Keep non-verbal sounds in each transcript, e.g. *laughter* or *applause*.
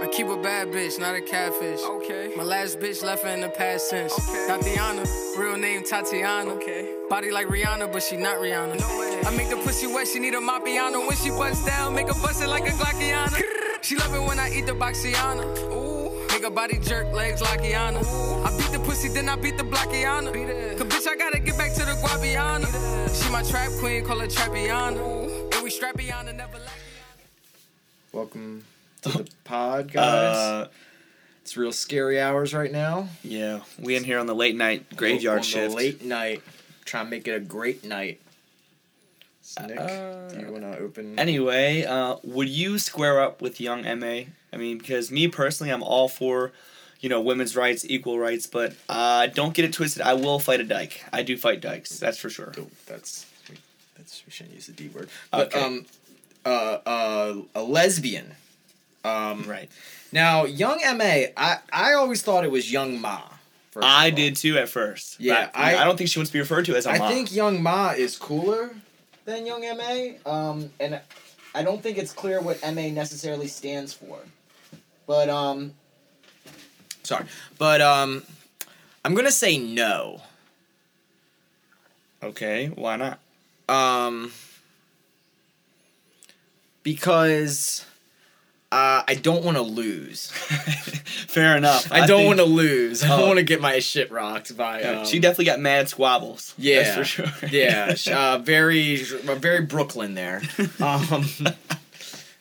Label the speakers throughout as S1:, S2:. S1: But keep a bad bitch, not a catfish.
S2: Okay.
S1: My last bitch left her in the past tense.
S2: Okay.
S1: Tatiana, real name Tatiana.
S2: Okay.
S1: Body like Rihanna, but she not Rihanna.
S2: No way.
S1: I make the pussy wet, she need a Mapiano. When she bust down, make her bust it like a Glockiana. she love it when I eat the Boxiana. Ooh. Make her body jerk, legs Lockiana. I beat the pussy, then I beat the Blockiana.
S2: Beat it.
S1: Cause bitch, I gotta get back to the Guaviana.
S2: Beat it.
S1: She my trap queen, call her Trapiana. And we strappiana, never lack.
S3: Welcome
S4: *laughs*
S3: to the pod, guys.
S4: Uh,
S3: it's real scary hours right now.
S4: yeah, we in here on the late night graveyard
S3: On the
S4: shift.
S3: late night. Try and make it a great night. So, Nick,
S4: Uh,
S3: do you want to open?
S4: Anyway, uh, would you square up with young MA? I mean, because me personally, I'm all for, you know, women's rights, equal rights, but uh, don't get it twisted. I will fight a dyke. I do fight dykes, that's for sure.
S3: Oh, that's that's we shouldn't use the D word. But
S4: Okay.
S3: um, uh, uh, a lesbian. Um,
S4: Right.
S3: now, young Ma, I I always thought it was young Ma. first of
S4: I
S3: all.
S4: did too at first.
S3: Yeah,
S4: but I,
S3: I-
S4: don't think she wants to be referred to as a
S3: I
S4: mom.
S3: think Young Ma is cooler than Young Ma, um, and I don't think it's clear what Ma necessarily stands for. But um, sorry, but um, I'm gonna say no.
S4: Okay, why not? *laughs*
S3: Um, because uh, I don't want to lose.
S4: Fair enough.
S3: I, don't want to lose. *laughs* I
S4: Oh.
S3: don't want to get my shit rocked by. Um,
S4: she definitely got mad squabbles.
S3: Yeah.
S4: that's for sure. *laughs*
S3: yeah, sh- uh, very, uh, very Brooklyn there. Um,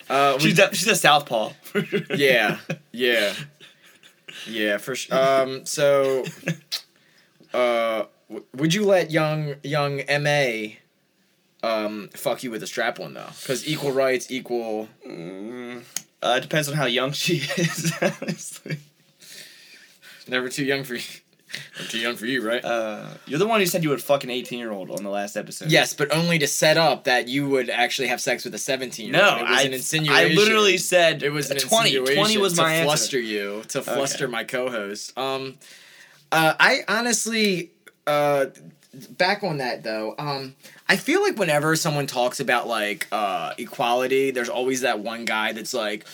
S3: uh, we-
S4: she's a, she's a *laughs* southpaw.
S3: yeah, yeah, yeah, for sure. Um, so, uh, w- would you let young young Ma, um, fuck you with a strap on though? Because equal rights, equal.
S4: Mm, uh, depends on how young she *laughs* is. honestly.
S3: Never too young for you. *laughs* Never too young for you, right?
S4: Uh, you're the one who said you would fuck an 18 year old on the last episode.
S3: yes, but only to set up that you would actually have sex with a seventeen.
S4: No,
S3: it was
S4: I,
S3: an insinuation.
S4: I literally said
S3: It was an
S4: 20. 20
S3: insinuation
S4: was
S3: to
S4: my
S3: fluster
S4: answer.
S3: you to fluster my co-host. Um, uh, I honestly, uh, back on that though. Um, I feel like whenever someone talks about like uh, equality, there's always that one guy that's like,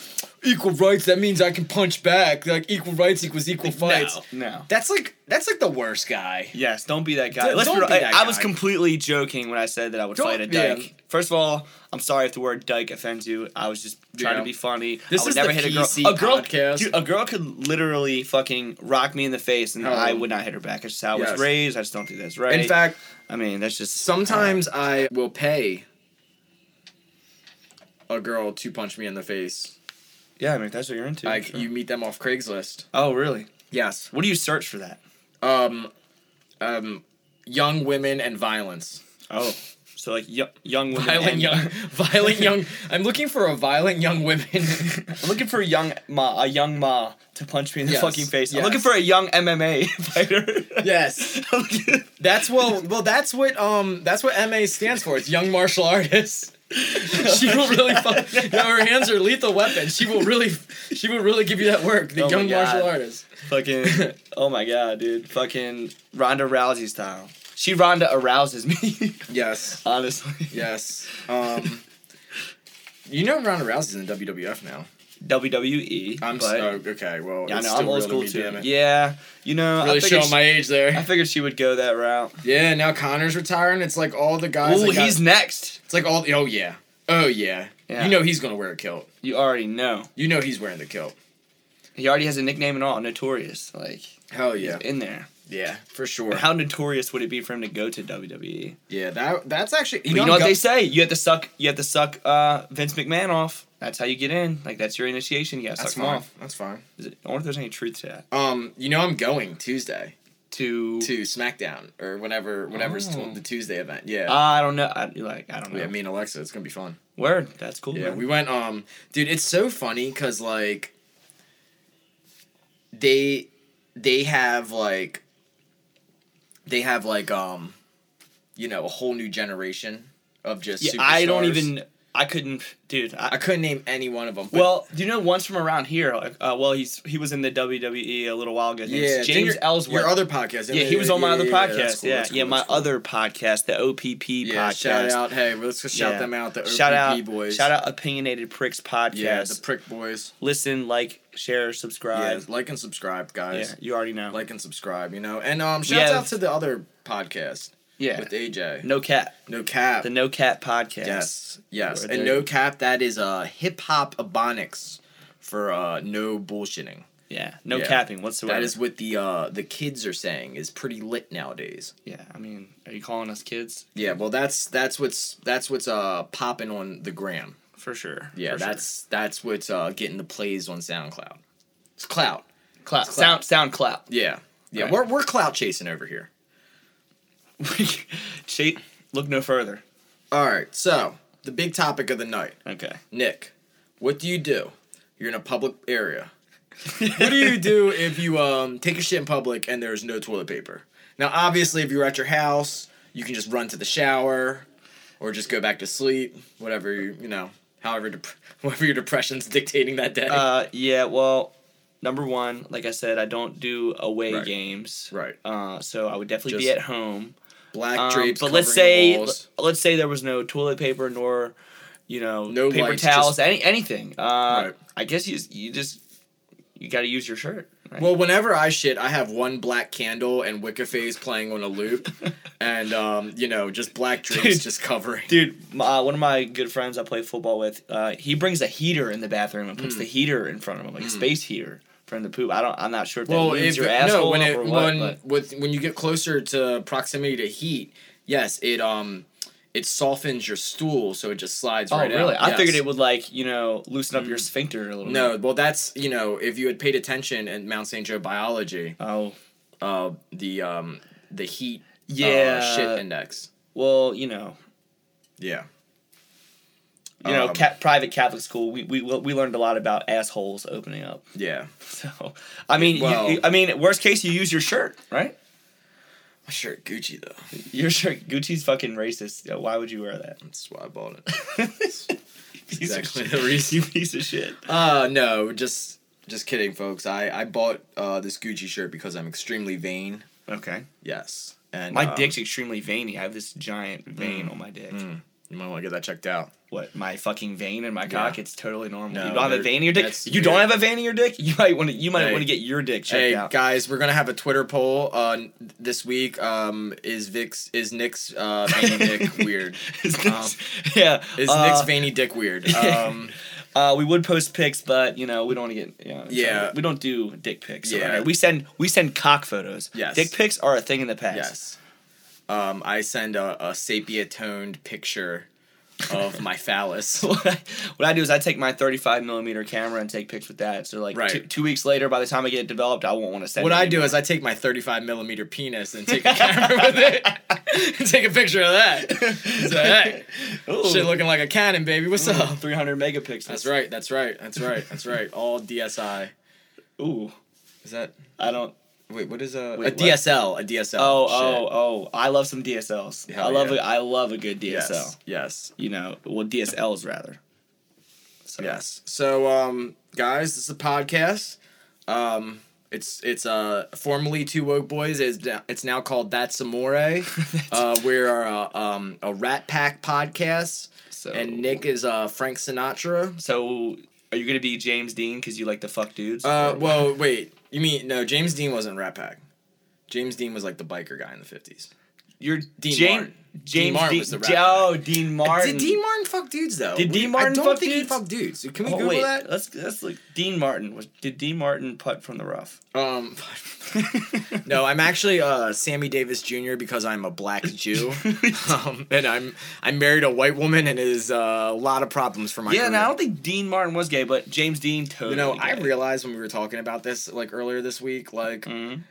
S3: equal rights. That means I can punch back. Like equal rights equals equal fights.
S4: No, no.
S3: That's like that's like the worst guy.
S4: Yes, don't be that guy.
S3: Don't-
S4: Let's
S3: don't
S4: be,
S3: be
S4: real-
S3: that
S4: I, I was
S3: guy.
S4: completely joking when I said that I would
S3: Don't-
S4: fight a
S3: yeah.
S4: dyke. First of all, I'm sorry if the word dyke offends you. I was just trying
S3: Yeah.
S4: to be funny.
S3: This
S4: I would
S3: is
S4: never
S3: the
S4: hit
S3: PC
S4: a girl. A girl,
S3: podcast.
S4: dude, a girl could literally fucking rock me in the face, and
S3: Oh.
S4: I would not hit her back. It's just how I
S3: Yes.
S4: was raised. I just don't think that's right.
S3: In fact,
S4: I mean that's just
S3: sometimes I will pay a girl to punch me in the face.
S4: yeah, I mean if that's what you're into.
S3: Like
S4: sure.
S3: you meet them off Craigslist.
S4: oh really?
S3: Yes.
S4: What do you search for that?
S3: um, um, young women and violence.
S4: Oh, so like y- young
S3: *laughs*
S4: women.
S3: Violent *laughs*
S4: and-
S3: young, violent young. I'm looking for a violent young women.
S4: I'm looking for a young ma, a young ma to punch me in the
S3: Yes,
S4: fucking face.
S3: yes.
S4: I'm looking for a *laughs* young MMA fighter.
S3: *laughs* yes,
S4: I'm looking- *laughs*
S3: that's well, well, that's what um, that's what MA stands for. It's young martial artist. *laughs*
S4: *laughs*
S3: she will really, fuck, *laughs* you know, her hands are lethal weapons. She will really, she will really give you that work. The
S4: Oh my
S3: young martial
S4: God.
S3: artist.
S4: fucking. Oh my god, dude. Fucking Ronda Rousey style. She Ronda arouses me. *laughs*
S3: Yes,
S4: Honestly.
S3: yes. Um, you know Ronda Rousey's in the WWF now.
S4: WWE.
S3: I'm
S4: E, but,
S3: so okay. Well,
S4: yeah, I
S3: it's still
S4: know. I'm old
S3: real
S4: school
S3: me,
S4: too.
S3: damn it.
S4: Yeah. You know. I
S3: Really
S4: figured
S3: showing
S4: she-
S3: my age there.
S4: I figured she would go that route.
S3: Yeah, now Connor's retiring. It's like all the guys.
S4: Oh,
S3: that got-
S4: he's next.
S3: It's like all. Oh yeah. Oh yeah.
S4: Yeah.
S3: You know he's gonna wear a kilt.
S4: You already know.
S3: You know he's wearing the kilt.
S4: He already has a nickname and all. Notorious. Like
S3: Hell
S4: he's
S3: yeah.
S4: in there.
S3: Yeah, for sure.
S4: How notorious would it be for him to go to E? WWE?
S3: yeah, that that's actually.
S4: But you know, what
S3: Gun-
S4: they say? You have to suck. You have to suck uh, Vince McMahon off. That's how you get in. Like that's your initiation. You gotta
S3: That's
S4: suck
S3: fine.
S4: him off.
S3: That's fine.
S4: Is it, I wonder if there's any truth to that.
S3: Um, you know I'm going Tuesday
S4: To,
S3: to SmackDown or whenever whenever's
S4: Oh.
S3: tw- the Tuesday event. Yeah.
S4: uh, I don't know. I, like I don't know.
S3: yeah, me and Alexa, it's gonna be fun.
S4: Word. That's cool.
S3: Yeah,
S4: man.
S3: we went. Um, dude, it's so funny because like they they have like they have like um you know a whole new generation of just
S4: Yeah, I don't
S3: superstars.
S4: even I couldn't, dude. I,
S3: I couldn't name any one of them.
S4: well, do you know one's from around here? Like, uh, well, he's he was in the WWE a little while ago. His name's
S3: then
S4: James
S3: your-
S4: Ellsworth.
S3: Your other podcast.
S4: yeah, he was on my other
S3: yeah,
S4: podcast. Yeah,
S3: that's cool,
S4: yeah,
S3: that's cool,
S4: my
S3: that's cool.
S4: other podcast, the OPP
S3: Yeah,
S4: podcast.
S3: shout out. Hey, let's just shout
S4: Yeah.
S3: them out. The OPP
S4: shout out,
S3: boys.
S4: shout out, opinionated pricks podcast.
S3: Yeah, the prick boys.
S4: Listen, like, share,
S3: Yeah,
S4: subscribe.
S3: like and subscribe,
S4: Yeah,
S3: guys.
S4: you already know.
S3: Like and subscribe. You know, and um, shout
S4: Yeah.
S3: out to the other podcast
S4: yeah,
S3: with AJ.
S4: no cap,
S3: No cap.
S4: the no cap podcast.
S3: Yes, yes,
S4: Where
S3: and
S4: they-
S3: no cap. That is uh hip hop abonics for uh no bullshitting.
S4: yeah, no
S3: Yeah.
S4: capping whatsoever.
S3: That is what the uh the kids are saying is pretty lit nowadays.
S4: yeah, I mean, are you calling us kids?
S3: Yeah, well, that's that's what's that's what's uh popping on the gram.
S4: For sure.
S3: Yeah,
S4: for sure.
S3: that's that's what's uh getting the plays on SoundCloud. It's clout.
S4: Clout.
S3: It's clout.
S4: Sound sound *laughs* clout.
S3: Yeah, yeah,
S4: Right.
S3: we're we're clout chasing over here.
S4: Shate, look no further.
S3: All right, so the big topic of the night,
S4: Okay.
S3: Nick. What do you do? You're in a public area.
S4: *laughs*
S3: what do you do if you um, take a shit in public and there's no toilet paper? Now, obviously, if you're at your house, you can just run to the shower, or just go back to sleep, whatever you you know, however, dep- *laughs* whatever your depression's dictating that day.
S4: Uh yeah, well, number one, like I said, I don't do away
S3: Right.
S4: games.
S3: right,
S4: Uh so I would definitely be
S3: Just
S4: at home.
S3: black
S4: Um,
S3: drapes.
S4: but let's
S3: covering the
S4: say
S3: walls.
S4: l- let's say there was no toilet paper nor you know
S3: No
S4: paper
S3: lights,
S4: towels,
S3: just-
S4: any anything. Uh
S3: Right.
S4: I guess you you just you gotta use your shirt. right?
S3: Well, whenever I shit, I have one black candle and Wicca phase playing on a
S4: *laughs*
S3: loop, and um, you know, just black drapes
S4: Dude.
S3: just covering.
S4: Dude, my, uh, one of my good friends I play football with, uh, he brings a heater in the bathroom and
S3: Hmm.
S4: puts the heater in front of him, like a space heater for him to poop. I don't, I'm not sure if that
S3: Well,
S4: heats
S3: if
S4: your asshole
S3: no, when
S4: up
S3: it
S4: or what.
S3: when
S4: but
S3: with when you get closer to proximity to heat, yes, it um, it softens your stool, so it just slides
S4: oh,
S3: right out.
S4: really? I
S3: Yes.
S4: figured it would like you know loosen up your sphincter a little.
S3: No,
S4: bit.
S3: well, that's you know, if you had paid attention at Mount St. Joe biology,
S4: Oh,
S3: uh, the um, the heat,
S4: yeah.
S3: uh, shit index,
S4: Well, you know,
S3: yeah.
S4: you know,
S3: Um,
S4: ca- private Catholic school. We, we we learned a lot about assholes opening up.
S3: yeah.
S4: So, I mean, you-
S3: Well-
S4: you, I mean, worst case, you use your shirt, right?
S3: My shirt Gucci though.
S4: Your shirt. Gucci's fucking racist. Yeah, Why would you wear that?
S3: That's why I bought it.
S4: *laughs* Piece of
S3: Exactly *laughs*
S4: shit.
S3: the reason.
S4: You piece of shit.
S3: Uh no, just just kidding, folks. I I bought uh this Gucci shirt because I'm extremely vain.
S4: Okay.
S3: Yes, and
S4: My
S3: um,
S4: dick's extremely veiny. I have this giant
S3: Mm.
S4: vein on my dick.
S3: You might want to get that checked out.
S4: What? My fucking vein in my cock? It's totally normal.
S3: No,
S4: you don't have a
S3: dude,
S4: vein in your dick.
S3: that's
S4: You don't
S3: weird.
S4: have a vein in your dick. You might want to. You might
S3: Hey.
S4: want to get your dick checked
S3: hey
S4: out.
S3: guys, we're gonna have a Twitter poll uh, n- this week. Um, is Vic's is Nick's uh,
S4: *laughs*
S3: veiny dick weird?
S4: *laughs* Is Nick's- *laughs* yeah.
S3: Um, Is
S4: uh,
S3: Nick's veiny dick
S4: *laughs*
S3: weird? Um,
S4: uh, we would post pics, but you know we don't want to get. You know,
S3: Yeah.
S4: We don't do dick pics.
S3: Yeah.
S4: Yeah. We send we send cock photos.
S3: Yes.
S4: Dick pics are a thing in the past.
S3: yes. Um, I send a, a sepia toned picture of
S4: *laughs*
S3: my phallus.
S4: what I, what I do is I take my 35 millimeter camera and take pics with that. So like
S3: Right.
S4: two, two weeks later, by the time I get it developed, I won't want to send.
S3: What
S4: it
S3: I
S4: anymore.
S3: do is I take my 35 millimeter penis and
S4: *laughs*
S3: take a camera with it, *laughs* and take a picture of that. So,
S4: *laughs*
S3: hey,
S4: Ooh.
S3: shit looking like a cannon, baby. What's up?
S4: 300 megapixels.
S3: That's right. That's right. That's right. That's right. All DSI.
S4: Ooh,
S3: Is that?
S4: I don't.
S3: Wait, what is a a
S4: Wait, what?
S3: DSL? A DSL.
S4: Oh,
S3: Shit.
S4: oh, oh! I love some DSLs.
S3: Hell
S4: I love
S3: yeah.
S4: a, I love a good DSL.
S3: Yes. Yes.
S4: You know, well DSLs rather. So,
S3: Yes. So, um, guys, this is a podcast. Um, it's it's uh formerly two woke boys. It's it's now called That's
S4: *laughs*
S3: Amore. uh, we're a um a Rat Pack podcast,
S4: So
S3: and Nick is uh Frank Sinatra. Uh,
S4: So are you gonna be James Dean because you like to fuck dudes?
S3: Uh,
S4: Or-
S3: well, wait. You mean no? James Dean wasn't Rat Pack. James Dean was like the biker guy in the fifties.
S4: you're
S3: Dean Martin. Dean
S4: James James Dean
S3: Martin was the rapper.
S4: Oh, Dean Martin.
S3: Did Dean Martin fuck dudes though?
S4: Did Dean
S3: We-
S4: Martin
S3: I don't
S4: fuck
S3: think he
S4: dudes?
S3: fucked dudes. Can we
S4: Oh,
S3: Google
S4: wait,
S3: that?
S4: let's let's look. Dean Martin was. Did Dean Martin putt from
S3: *laughs*
S4: the rough?
S3: Um, no, I'm actually uh, Sammy Davis Jr. because I'm a black *laughs* Jew, um, and I'm I married a white woman, and it is uh, a lot of problems for my.
S4: yeah,
S3: career.
S4: no, I don't think Dean Martin was gay, but James Dean totally.
S3: You know, I
S4: gay.
S3: realized when we were talking about this like earlier this week, like
S4: Mhm.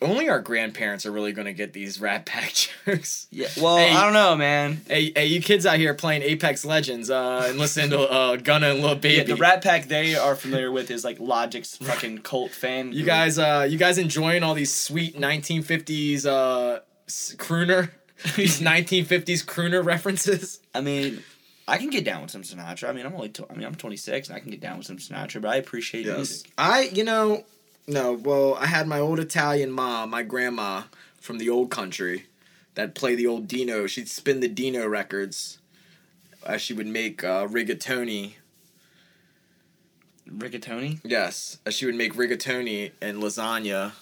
S3: only our grandparents are really gonna get these Rat *laughs* Pack jokes.
S4: Yeah. Well,
S3: Hey.
S4: I don't know, man.
S3: Hey, hey, you kids out here playing Apex Legends uh, and listening to uh, Gunna and Lil Baby.
S4: Yeah, the Rat Pack they are familiar with is like Logic's fucking cult fan.
S3: you
S4: group.
S3: guys, uh, you guys enjoying all these sweet 1950s *laughs* uh, s- crooner, these 1950s crooner references?
S4: I mean, I can get down with some Sinatra. I mean, I'm only tw- I mean, I'm 26 and I can get down with some Sinatra, but I appreciate
S3: Yes.
S4: music.
S3: I, you know, no. Well, I had my old Italian mom, my grandma from the old country, that play the old Dino. She'd spin the Dino records. Uh, she would make uh, rigatoni.
S4: Rigatoni?
S3: Yes, uh, she would make rigatoni and lasagna,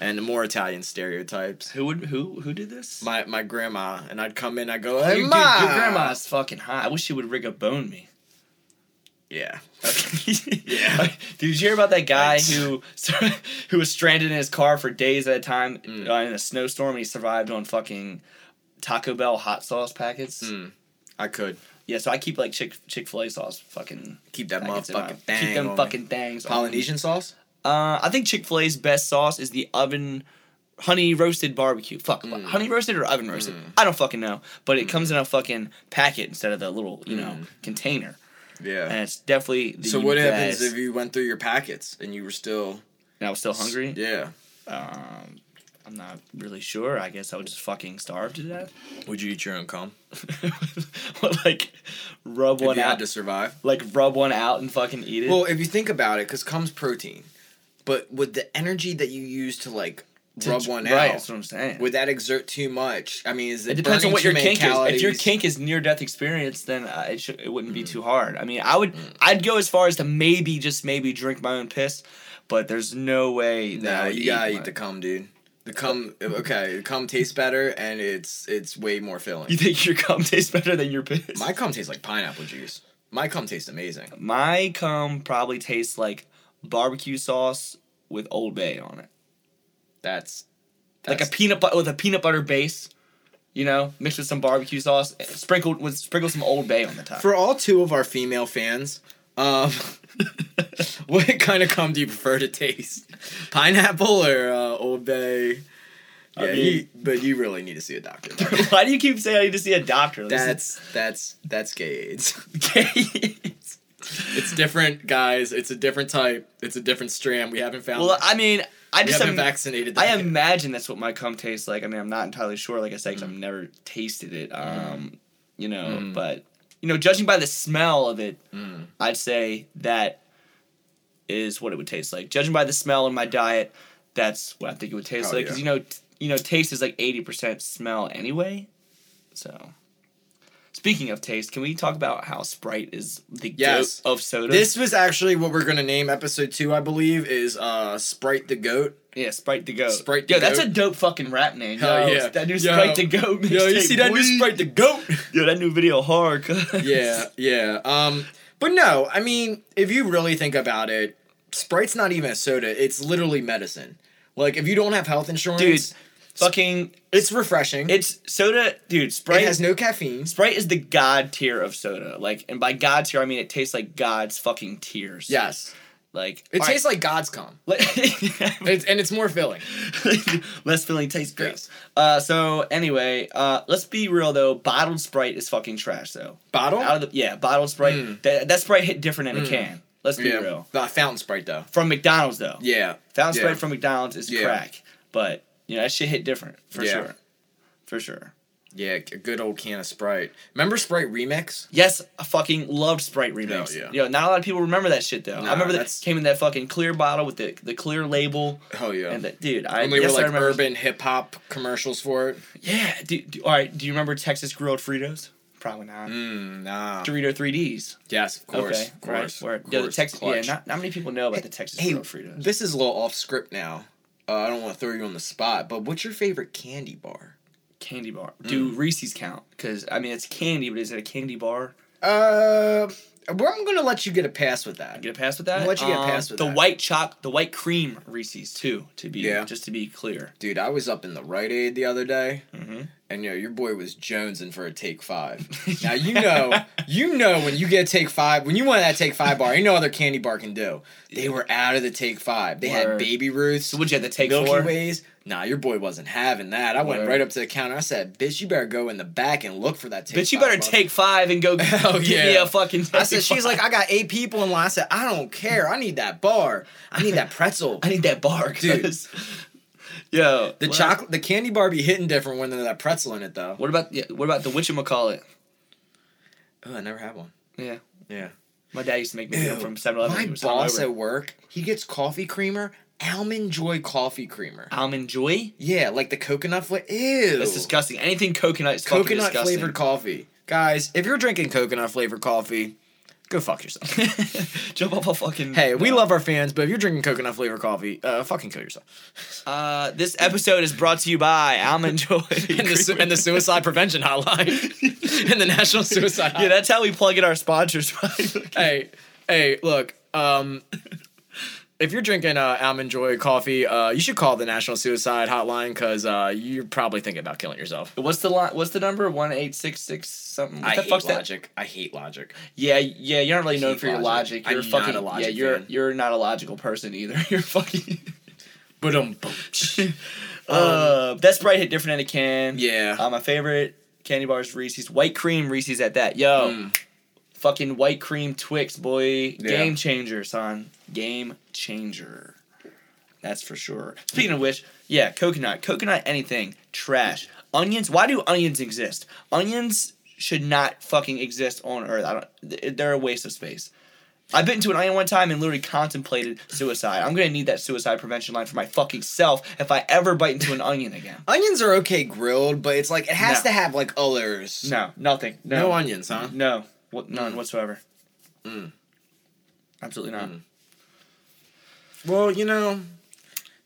S3: and more Italian stereotypes.
S4: Who would who who did this?
S3: My my grandma and I'd come in. I'd go,
S4: Your-
S3: hey,
S4: your, your
S3: Ma!"
S4: grandma's fucking hot. I wish she would rig a bone me.
S3: Yeah.
S4: yeah. Did you hear about that guy who *laughs* who was stranded in his car for days at a time
S3: Mm.
S4: uh, in a snowstorm and he survived on fucking Taco Bell hot sauce packets?
S3: Mm. I could
S4: Yeah, so I keep like Chick Chick Fil A sauce fucking
S3: keep that
S4: packets
S3: motherfucking
S4: in my-
S3: thing.
S4: keep them
S3: on me.
S4: fucking things on me.
S3: Polynesian sauce.
S4: Uh, I think Chick Fil A's best sauce is the oven honey roasted barbecue. Fuck,
S3: Mm.
S4: honey roasted or oven roasted? I don't fucking know. But it comes in a fucking packet instead of the little you know container, and
S3: Yeah.
S4: it's definitely. The
S3: Mm. So what happens
S4: best.
S3: if you went through your packets and you were still
S4: And I was still hungry.
S3: Yeah.
S4: Um, I'm not really sure. I guess I would just fucking starve to death. *laughs*
S3: Would you eat your own cum?
S4: Or, like rub
S3: If
S4: one
S3: you
S4: out,
S3: had to survive.
S4: like rub one out and fucking eat it.
S3: Well, if you think about it, because cum's protein, but would the energy that you use to like
S4: To-
S3: rub one
S4: right, That's
S3: out,
S4: what I'm saying.
S3: would that exert too much? I mean, is it,
S4: It depends
S3: burning
S4: on what
S3: too
S4: your
S3: many
S4: kink is. If your
S3: calories? Mm.
S4: kink is near death experience, then uh, it should, it wouldn't be too hard. I mean, I would I'd go as far as to maybe just maybe drink my own piss, but there's no way. that I
S3: Nah,
S4: would
S3: you gotta eat,
S4: my-
S3: the cum, dude. The cum, okay, the cum tastes better and it's it's way more filling.
S4: You think *laughs* your cum tastes better than your piss?
S3: My cum tastes like pineapple juice. My cum tastes amazing.
S4: my cum probably tastes like barbecue sauce with Old Bay on it,
S3: That's,
S4: like a
S3: that's-
S4: peanut butter with a peanut butter base. You know, mixed with some barbecue sauce, eh, sprinkled with sprinkle some Old Bay on the top.
S3: for all two of our female fans. Um, *laughs* what kind of cum do you prefer to taste? Pineapple or uh, Old Bay? Yeah,
S4: I mean-
S3: you, but you really need to see a
S4: *laughs*
S3: doctor.
S4: Why do you keep saying I need to see a doctor? This is-
S3: that's that's that's gay AIDS.
S4: *laughs* Okay.
S3: *laughs* It's different, guys. It's a different type. It's a different strand. We haven't found.
S4: Well,
S3: it.
S4: I mean, I
S3: we
S4: just
S3: haven't
S4: am,
S3: vaccinated.
S4: I
S3: that yet.
S4: imagine that's what my cum tastes like. I mean, I'm not entirely sure. Like I said, i
S3: Mm.
S4: I've never tasted it. Um, you know, but you know, judging by the smell of it,
S3: Mm.
S4: I'd say that is what it would taste like. Judging by the smell in my diet, that's what I think it would taste
S3: Oh,
S4: like. Because
S3: yeah.
S4: you know, t- you know, taste is like eighty percent smell anyway. So. Speaking of taste, can we talk about how Sprite is the
S3: Yes.
S4: goat of sodas?
S3: This was actually what we're gonna name episode two, I believe, is uh Sprite the Goat.
S4: Yeah, Sprite the Goat.
S3: Sprite the
S4: Yo, that's
S3: Goat.
S4: a dope fucking rap name.
S3: Hell
S4: Yo,
S3: yeah.
S4: That new
S3: Yo.
S4: Sprite the Goat.
S3: Yo, you
S4: mixtape,
S3: see that new
S4: boy.
S3: Sprite the Goat?
S4: Yo, that new video hard. cuz.
S3: *laughs* yeah, yeah. Um, but no, I mean, if you really think about it, Sprite's not even a soda. It's literally medicine. Like if you don't have health
S4: *laughs* Dude,
S3: insurance,
S4: fucking
S3: it's refreshing. It,
S4: it's soda, dude, Sprite
S3: has no caffeine.
S4: Sprite is the god tier of soda. Like and by god tier I mean it tastes like God's fucking tears.
S3: Yes,
S4: Like
S3: it tastes like God's cum.
S4: *laughs* like
S3: It's, and it's more filling.
S4: *laughs* less filling tastes great.
S3: Yes.
S4: Uh so anyway, uh let's be real though, bottled Sprite is fucking trash though.
S3: Bottle?
S4: Out of the yeah, bottled Sprite.
S3: Hmm.
S4: That, that Sprite hit different in a can. Let's be real.
S3: The Uh, fountain Sprite though.
S4: From McDonald's though.
S3: Yeah.
S4: Fountain
S3: Yeah.
S4: Sprite from McDonald's is
S3: Yeah.
S4: crack, but you know that shit hit different for
S3: Yeah.
S4: sure, for sure.
S3: Yeah, a good old can of Sprite. Remember Sprite Remix?
S4: Yes, I fucking loved Sprite remix.
S3: Hell yeah.
S4: You know, not a lot of people remember that shit though.
S3: Nah,
S4: I remember that
S3: that's-
S4: came in that fucking clear bottle with the the clear label.
S3: Oh yeah.
S4: And that dude, I
S3: and they
S4: yes,
S3: were
S4: I
S3: like
S4: remember.
S3: urban hip hop commercials for it.
S4: Yeah, do, do- all right. Do you remember Texas grilled Fritos? Probably not.
S3: Mm, nah.
S4: Dorito 3ds.
S3: Yes, of course.
S4: okay,
S3: of course.
S4: right. word.
S3: of
S4: yeah, the
S3: course,
S4: Texas. Yeah,
S3: clutch.
S4: not, not many people know about the Texas
S3: Hey,
S4: grilled Fritos.
S3: this is a little off script now. Uh, I don't want to throw you on the spot, but what's your favorite candy bar?
S4: candy bar.
S3: Mm.
S4: Do Reese's count? Because I mean, it's candy, but is it a candy bar?
S3: Uh, well, I'm gonna let you get a pass with that.
S4: Get a pass with that.
S3: I'll let you get a pass with
S4: the
S3: that.
S4: white choc, the white cream Reese's too. To be
S3: Yeah.
S4: just to be clear.
S3: Dude, I was up in the Rite Aid the other day,
S4: Mm-hmm.
S3: and you know your boy was jonesing for a take
S4: *laughs*
S3: five. now you know, you know when you get a take five, when you want that take five bar, you know other candy bar can do. They were out of the take five. They had
S4: Word.
S3: Baby Ruths.
S4: So what'd you have to take
S3: Milky
S4: for?
S3: Ways. Nah, your boy wasn't having that. I went
S4: Word.
S3: right up to the counter. I said, "Bitch, you better go in the back and look for that." Take
S4: Bitch, you
S3: five,
S4: better
S3: mother-"
S4: take five
S3: *laughs*
S4: and go
S3: Hell
S4: give me
S3: yeah.
S4: a fucking.
S3: I said, "She's
S4: five.
S3: like, I got eight people in line." I said, "I don't care. I need that bar. I need that pretzel."
S4: *laughs* *laughs* I need that bar,
S3: Dude.
S4: dude. Yo,
S3: The
S4: what-
S3: chocolate, the candy bar be hitting different when there's that pretzel in it, though.
S4: What about yeah, what about the whatchamacallit?
S3: Oh, I never had one.
S4: Yeah.
S3: Yeah.
S4: My dad used to make me
S3: Ew.
S4: them from 7 Eleven.
S3: My boss at work, he gets coffee creamer, almond joy coffee creamer.
S4: Almond Joy?
S3: Yeah, like the coconut flavor. Ew.
S4: That's disgusting. Anything coconut is fucking
S3: coconut
S4: disgusting.
S3: flavored
S4: *laughs*
S3: coffee. Guys, if you're drinking coconut flavored coffee, go fuck yourself.
S4: *laughs* Jump off a fucking.
S3: hey, we
S4: no.
S3: love our fans, but if you're drinking coconut flavored coffee, uh, fucking kill yourself.
S4: Uh, this episode is brought to you by Almond Joy.
S3: *laughs* and, the, su- and the suicide prevention
S4: *laughs*
S3: hotline, *laughs* and the national suicide.
S4: yeah,
S3: Hotline.
S4: that's how we plug in our sponsors. *laughs* right?
S3: *laughs* hey, hey, look. Um, if you're drinking uh, almond joy coffee, uh, you should call the national suicide hotline because uh, you're probably thinking about killing yourself.
S4: what's the line? What's the number? One eight six six something. What the fuck's that?
S3: I hate logic.
S4: Yeah, yeah, you're not really known
S3: hate
S4: for your
S3: logic.
S4: logic.
S3: I'm
S4: You're
S3: not
S4: fucking
S3: a logic
S4: yeah. You're
S3: fan.
S4: you're not a logical person either. *laughs* You're fucking.
S3: But um,
S4: uh, that's bright hit different than a can.
S3: yeah.
S4: Uh, my favorite candy bar is Reese's white cream. Reese's at that. Yo,
S3: Mm.
S4: fucking white cream Twix, boy. Game changer, son. Game changer. That's for sure. Speaking of which, yeah, coconut, coconut, anything, trash. Onions. Why do onions exist? Onions should not fucking exist on Earth. I don't. th- They're a waste of space. I bit into an onion one time and literally contemplated suicide. I'm gonna need that suicide prevention line for my fucking self if I ever bite into an onion again.
S3: *laughs* Onions are okay grilled, but it's like it has
S4: No.
S3: to have like others.
S4: No, nothing. No,
S3: No onions, huh?
S4: No, what, none whatsoever.
S3: Mm.
S4: Absolutely not.
S3: Well, you know,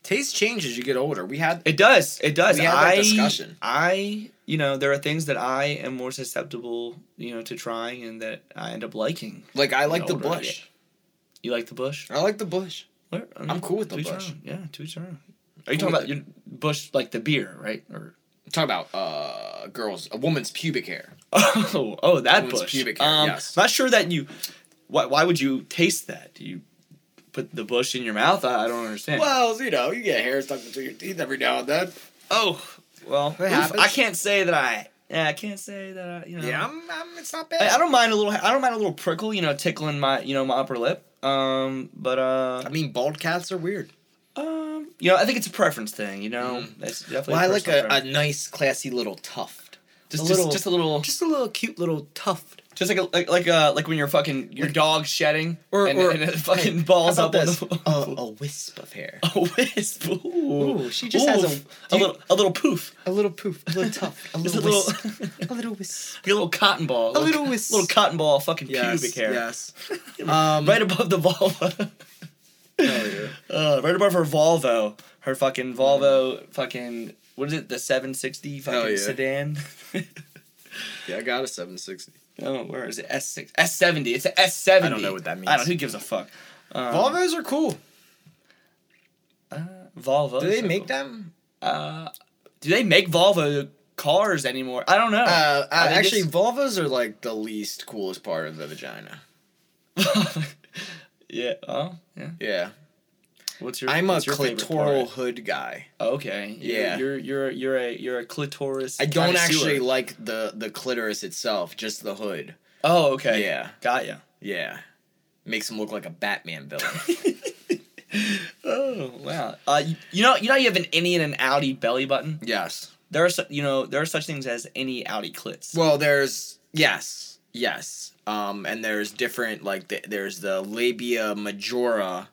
S3: taste changes you get older. We had
S4: It does. It does.
S3: We had that
S4: I,
S3: discussion.
S4: I, you know, there are things that I am more susceptible, you know, to trying and that I end up liking.
S3: like I like the
S4: older I
S3: bush.
S4: You like the bush?
S3: I like the bush.
S4: What? I
S3: I'm cool with
S4: to
S3: the
S4: each their
S3: Bush.
S4: own. Yeah, to each their own. Are you talking about your bush like the beer, right? Or *laughs*
S3: Talk about uh girls, a woman's pubic hair.
S4: oh, oh, that
S3: Woman's
S4: bush.
S3: pubic hair,
S4: um,
S3: yes.
S4: Not sure that you. Why? Why would you taste that? Do you put the bush in your mouth? I, I don't understand.
S3: Well, you know, you get hair stuck between your teeth every now and then.
S4: Oh, well,
S3: It
S4: oof,
S3: happens.
S4: I can't say that I. Yeah, I can't say that I. You know.
S3: Yeah, I'm, I'm, it's not bad.
S4: I, I don't mind a little. I don't mind a little prickle. You know, tickling my. You know, my upper lip. Um, but uh,
S3: mean, bald cats are weird.
S4: um, you know, I think it's a preference thing. You know, that's definitely.
S3: Well, I like a,
S4: personal
S3: a
S4: preference.
S3: nice, classy little tuft.
S4: just,
S3: a
S4: just,
S3: little-
S4: just a little, just,
S3: Just a little cute little tuft.
S4: like a like like uh like when you're fucking your dog shedding or and, and it fucking balls up on the floor. *laughs*
S3: *laughs* a, a wisp of hair.
S4: A wisp. Ooh.
S3: Ooh, she just has a-
S4: Oof.
S3: do
S4: a
S3: you-
S4: little a little poof.
S3: A little poof, a little *laughs* tuft, a
S4: Just
S3: little
S4: a little- *laughs*
S3: wisp, a little *laughs* wisp.
S4: Your little cotton ball.
S3: A little wisp.
S4: Little cotton ball. Fucking pubic
S3: *laughs*
S4: hair.
S3: Yes. Um,
S4: Right above the vulva. *laughs*
S3: Oh,
S4: Uh, right above her Volvo, her fucking Volvo, fucking what is it? The seven sixty
S3: Hell
S4: fucking
S3: yeah.
S4: sedan. *laughs*
S3: Yeah, I got a 760.
S4: oh, where is it? S six, S seventy. It's an S seventy.
S3: I don't know what that means.
S4: I don't. Who gives a fuck? Um,
S3: Volvos are cool.
S4: Volvo.
S3: Do they make them?
S4: Uh, do they make Volvo cars anymore? I don't know.
S3: Uh,
S4: I
S3: uh,
S4: think
S3: actually,
S4: it's-
S3: vulvas are like the least coolest part of the vagina. Uh,
S4: *laughs* yeah. Oh, yeah.
S3: Yeah,
S4: What's your?
S3: I'm a
S4: what's your favorite
S3: clitoral
S4: part?
S3: hood guy.
S4: Okay. You're,
S3: Yeah.
S4: You're you're you're a you're a clitoris.
S3: I don't
S4: connoisseur.
S3: actually like the the clitoris itself, just the hood.
S4: Oh, okay.
S3: Yeah.
S4: Got ya.
S3: Yeah, makes him look like a Batman villain.
S4: *laughs* Oh wow! Uh, you, you know, you know, you have an innie and an outie belly button.
S3: yes.
S4: There are, su- you know, there are such things as innie outie clits.
S3: Well, there's yes, yes. Um, and there's different like the, there's the labia majora,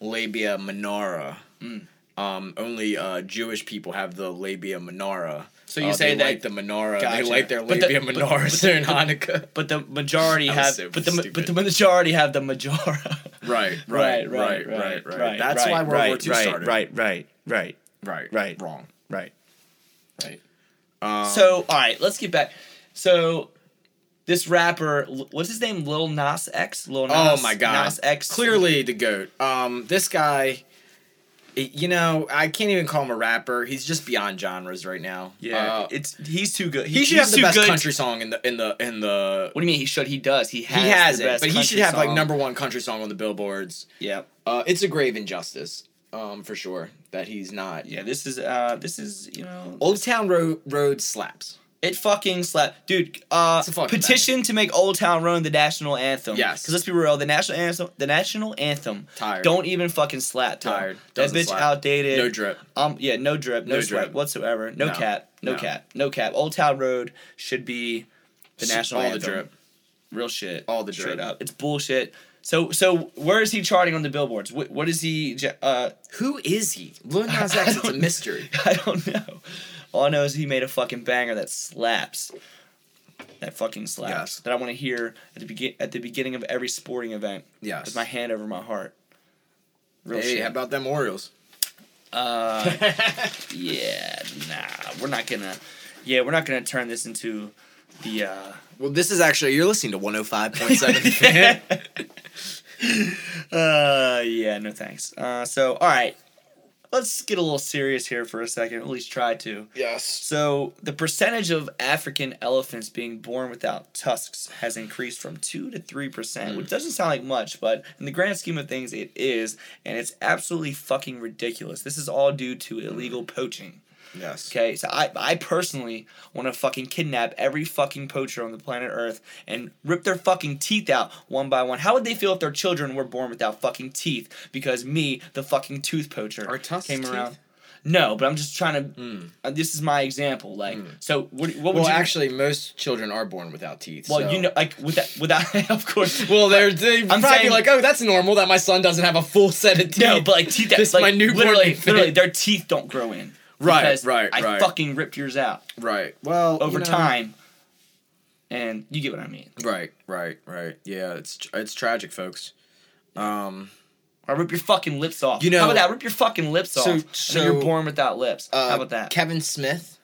S3: labia minora.
S4: Mm.
S3: Um, only uh, Jewish people have the labia minora.
S4: So you
S3: Uh,
S4: say
S3: they
S4: that-
S3: light the menorah.
S4: Gotcha.
S3: They light their
S4: But the-
S3: labia
S4: but-
S3: minoras during Hanukkah. *laughs*
S4: but the majority
S3: That was
S4: have,
S3: so
S4: but the ma-
S3: stupid.
S4: but the majority have the majora. *laughs*
S3: Right, right, right, right, right. That's why World War II started.
S4: Right, right, right,
S3: right,
S4: right.
S3: wrong.
S4: right, right.
S3: Um,
S4: So, all right, let's get back. So, this rapper, L- what's his name? Lil Nas X. Lil
S3: oh
S4: Nas.
S3: my god,
S4: Nas X.
S3: clearly the goat. Um, this guy, y- you know, I can't even call him a rapper. He's just beyond genres right now.
S4: Yeah,
S3: Uh,
S4: it's he's too good.
S3: he should have
S4: he's
S3: the
S4: too
S3: best
S4: good.
S3: country song in the in the in the.
S4: What do you mean he should? He does. He has.
S3: he has
S4: the
S3: it,
S4: best
S3: but he should
S4: country
S3: have like
S4: song.
S3: number one country song on the billboards.
S4: Yeah.
S3: Uh, it's a grave injustice, um, for sure that he's not.
S4: Yeah, this is uh this is, you know,
S3: Old Town Road, Road slaps.
S4: it fucking slap. Dude, uh
S3: It's a fucking
S4: petition to make Old Town Road the national anthem.
S3: Yes.
S4: Cuz let's be real, the national anthem, the national anthem
S3: Tired.
S4: don't even fucking slap. though.
S3: Tired.
S4: That
S3: Doesn't
S4: bitch
S3: slap.
S4: outdated.
S3: No drip.
S4: Um yeah, no drip, no,
S3: No
S4: sweat
S3: drip.
S4: whatsoever. No,
S3: No.
S4: cap, no,
S3: No.
S4: cap, no cap. Old Town Road should be the
S3: S-
S4: national
S3: all the
S4: anthem.
S3: drip.
S4: Real shit.
S3: All the
S4: straight
S3: dirt.
S4: up. It's bullshit. So so where is he charting on the billboards? What what is he? ge- Uh,
S3: Who is he? Lil Nas X, *laughs* it's a mystery.
S4: *laughs* I don't know. All I know is he made a fucking banger that slaps. That fucking slaps.
S3: Yes.
S4: That I want to hear at the begin at the beginning of every sporting event.
S3: Yes.
S4: With my hand over my heart. Real
S3: Hey,
S4: shit.
S3: how about them Orioles?
S4: Uh, yeah, nah, we're not gonna. Yeah, we're not gonna turn this into the. uh *laughs*
S3: Well, this is actually, you're listening to *laughs* 105.7.
S4: uh, yeah, no thanks. Uh, so all right, let's get a little serious here for a second. At least try to.
S3: yes.
S4: So the percentage of African elephants being born without tusks has increased from two to three percent, which doesn't sound like much, but in the grand scheme of things, it is, and it's absolutely fucking ridiculous. This is all due to illegal poaching.
S3: Yes.
S4: Okay, so I, I personally want to fucking kidnap every fucking poacher on the planet Earth and rip their fucking teeth out one by one. How would they feel if their children were born without fucking teeth? Because me, the fucking tooth poacher,
S3: Are tusks teeth? Hmm.
S4: No, but I'm just trying to. uh, this is my example. Like, so what? What would
S3: Well,
S4: you?
S3: actually, most children are born without teeth.
S4: well,
S3: so-
S4: you know, like without without *laughs*
S3: *laughs*
S4: of course.
S3: Well, they're, they probably be
S4: saying-
S3: like, oh, that's normal that my son doesn't have a full set of teeth.
S4: No, but like teeth that
S3: This
S4: like
S3: my newborn
S4: literally,
S3: infant. *laughs*
S4: literally, their teeth don't grow in.
S3: Right,
S4: Because
S3: right,
S4: I
S3: right.
S4: fucking ripped yours out
S3: Right. Well, you
S4: over
S3: know-
S4: time, and you get what I mean.
S3: Right, right, right. Yeah, it's tr- it's tragic, folks. Um,
S4: Or rip your fucking lips off.
S3: You know-
S4: how about that? Rip your fucking lips
S3: So-
S4: off. And
S3: so,
S4: then you're born without lips.
S3: uh,
S4: how about that?
S3: Kevin Smith,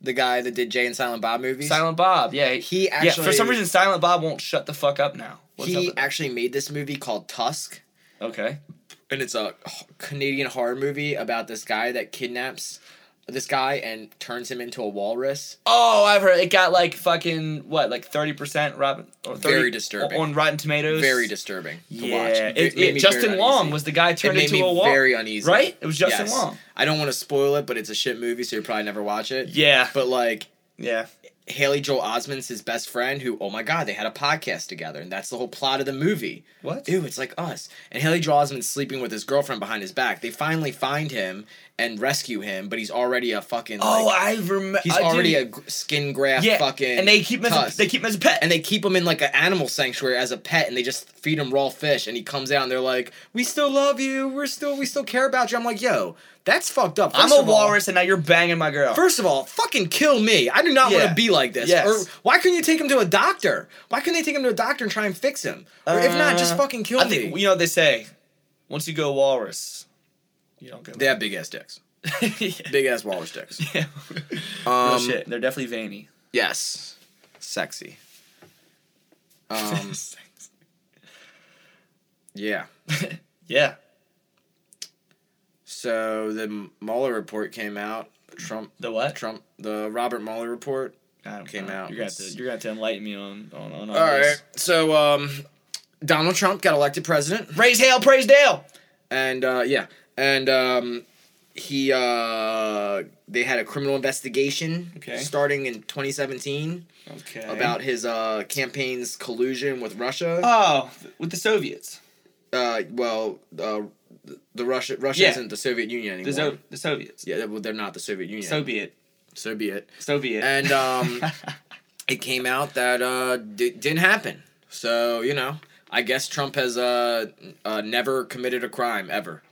S3: the guy that did Jay and Silent Bob movies.
S4: Silent Bob. Yeah,
S3: He
S4: Yeah, for some
S3: actually-
S4: reason, Silent Bob won't shut the fuck up now. What's up
S3: he
S4: with that?
S3: actually made this movie called Tusk,
S4: okay.
S3: and it's a h- Canadian horror movie about this guy that kidnaps this guy and turns him into a walrus.
S4: Oh, I've heard it got like fucking what, like thirty percent Robin or 30,
S3: Very disturbing.
S4: on Rotten Tomatoes.
S3: Very disturbing to
S4: Yeah,
S3: watch.
S4: It,
S3: made
S4: it-
S3: me
S4: Justin
S3: very
S4: Long
S3: uneasy.
S4: was the guy turned
S3: it made
S4: into
S3: me
S4: a wall.
S3: very uneasy.
S4: Right? It was Justin
S3: Yes.
S4: Long.
S3: I don't want to spoil it, but it's a shit movie, so you'll probably never watch it.
S4: Yeah,
S3: But like
S4: yeah.
S3: Haley Joel Osment's his best friend, who oh my god, they had a podcast together, and that's the whole plot of the movie.
S4: What?
S3: Ew, it's like us. And Haley Joel Osment's sleeping with his girlfriend behind his back. They finally find him and rescue him, but he's already a fucking.
S4: oh,
S3: like,
S4: I remember.
S3: he's already a gr- skin graft
S4: yeah.
S3: fucking.
S4: and they keep him as
S3: tusk.
S4: a, they keep him as a pet.
S3: and they keep him in like an animal sanctuary as a pet, and they just feed him raw fish, and he comes out, and they're like, "We still love you. We're still, we still care about you." I'm like, "Yo, that's fucked up."
S4: I'm
S3: First
S4: a
S3: of all-
S4: walrus, and now you're banging my girl.
S3: First of all, fucking kill me. I do not want
S4: Yeah.
S3: to be like this.
S4: Yes.
S3: Or why couldn't you take him to a doctor? Why couldn't they take him to a doctor and try and fix him? Or if not, just
S4: Uh,
S3: fucking kill
S4: I
S3: me.
S4: think you know what they say. Once you go walrus, you don't go.
S3: they have big ass dicks. *laughs*
S4: yeah.
S3: Big ass walrus *laughs* dicks.
S4: *laughs* yeah. Real
S3: Um,
S4: shit. They're definitely veiny.
S3: *laughs* Yes. *laughs* Sexy. Um, yeah.
S4: yeah.
S3: So the Mueller report came out. Trump,
S4: The what?
S3: Trump, the Robert Mueller report.
S4: I don't
S3: came
S4: know.
S3: out.
S4: You're gonna have to, you're gonna have to enlighten me on on on all,
S3: All right.
S4: this.
S3: So um, Donald Trump got elected president.
S4: Praise hail, praise Dale.
S3: and uh, yeah, and um, he uh, they had a criminal investigation
S4: Okay.
S3: starting in 2017
S4: Okay.
S3: about his uh, campaign's collusion with Russia.
S4: oh with the Soviets.
S3: Uh, well, uh, the Russia Russia
S4: Yeah.
S3: isn't the Soviet Union anymore.
S4: The so- the Soviets.
S3: yeah, well, they're not the Soviet Union.
S4: Soviet.
S3: so be it.
S4: Soviet.
S3: And
S4: *laughs*
S3: um, it came out that uh, d- didn't happen. So you know, I guess Trump has uh, uh, never committed a crime ever.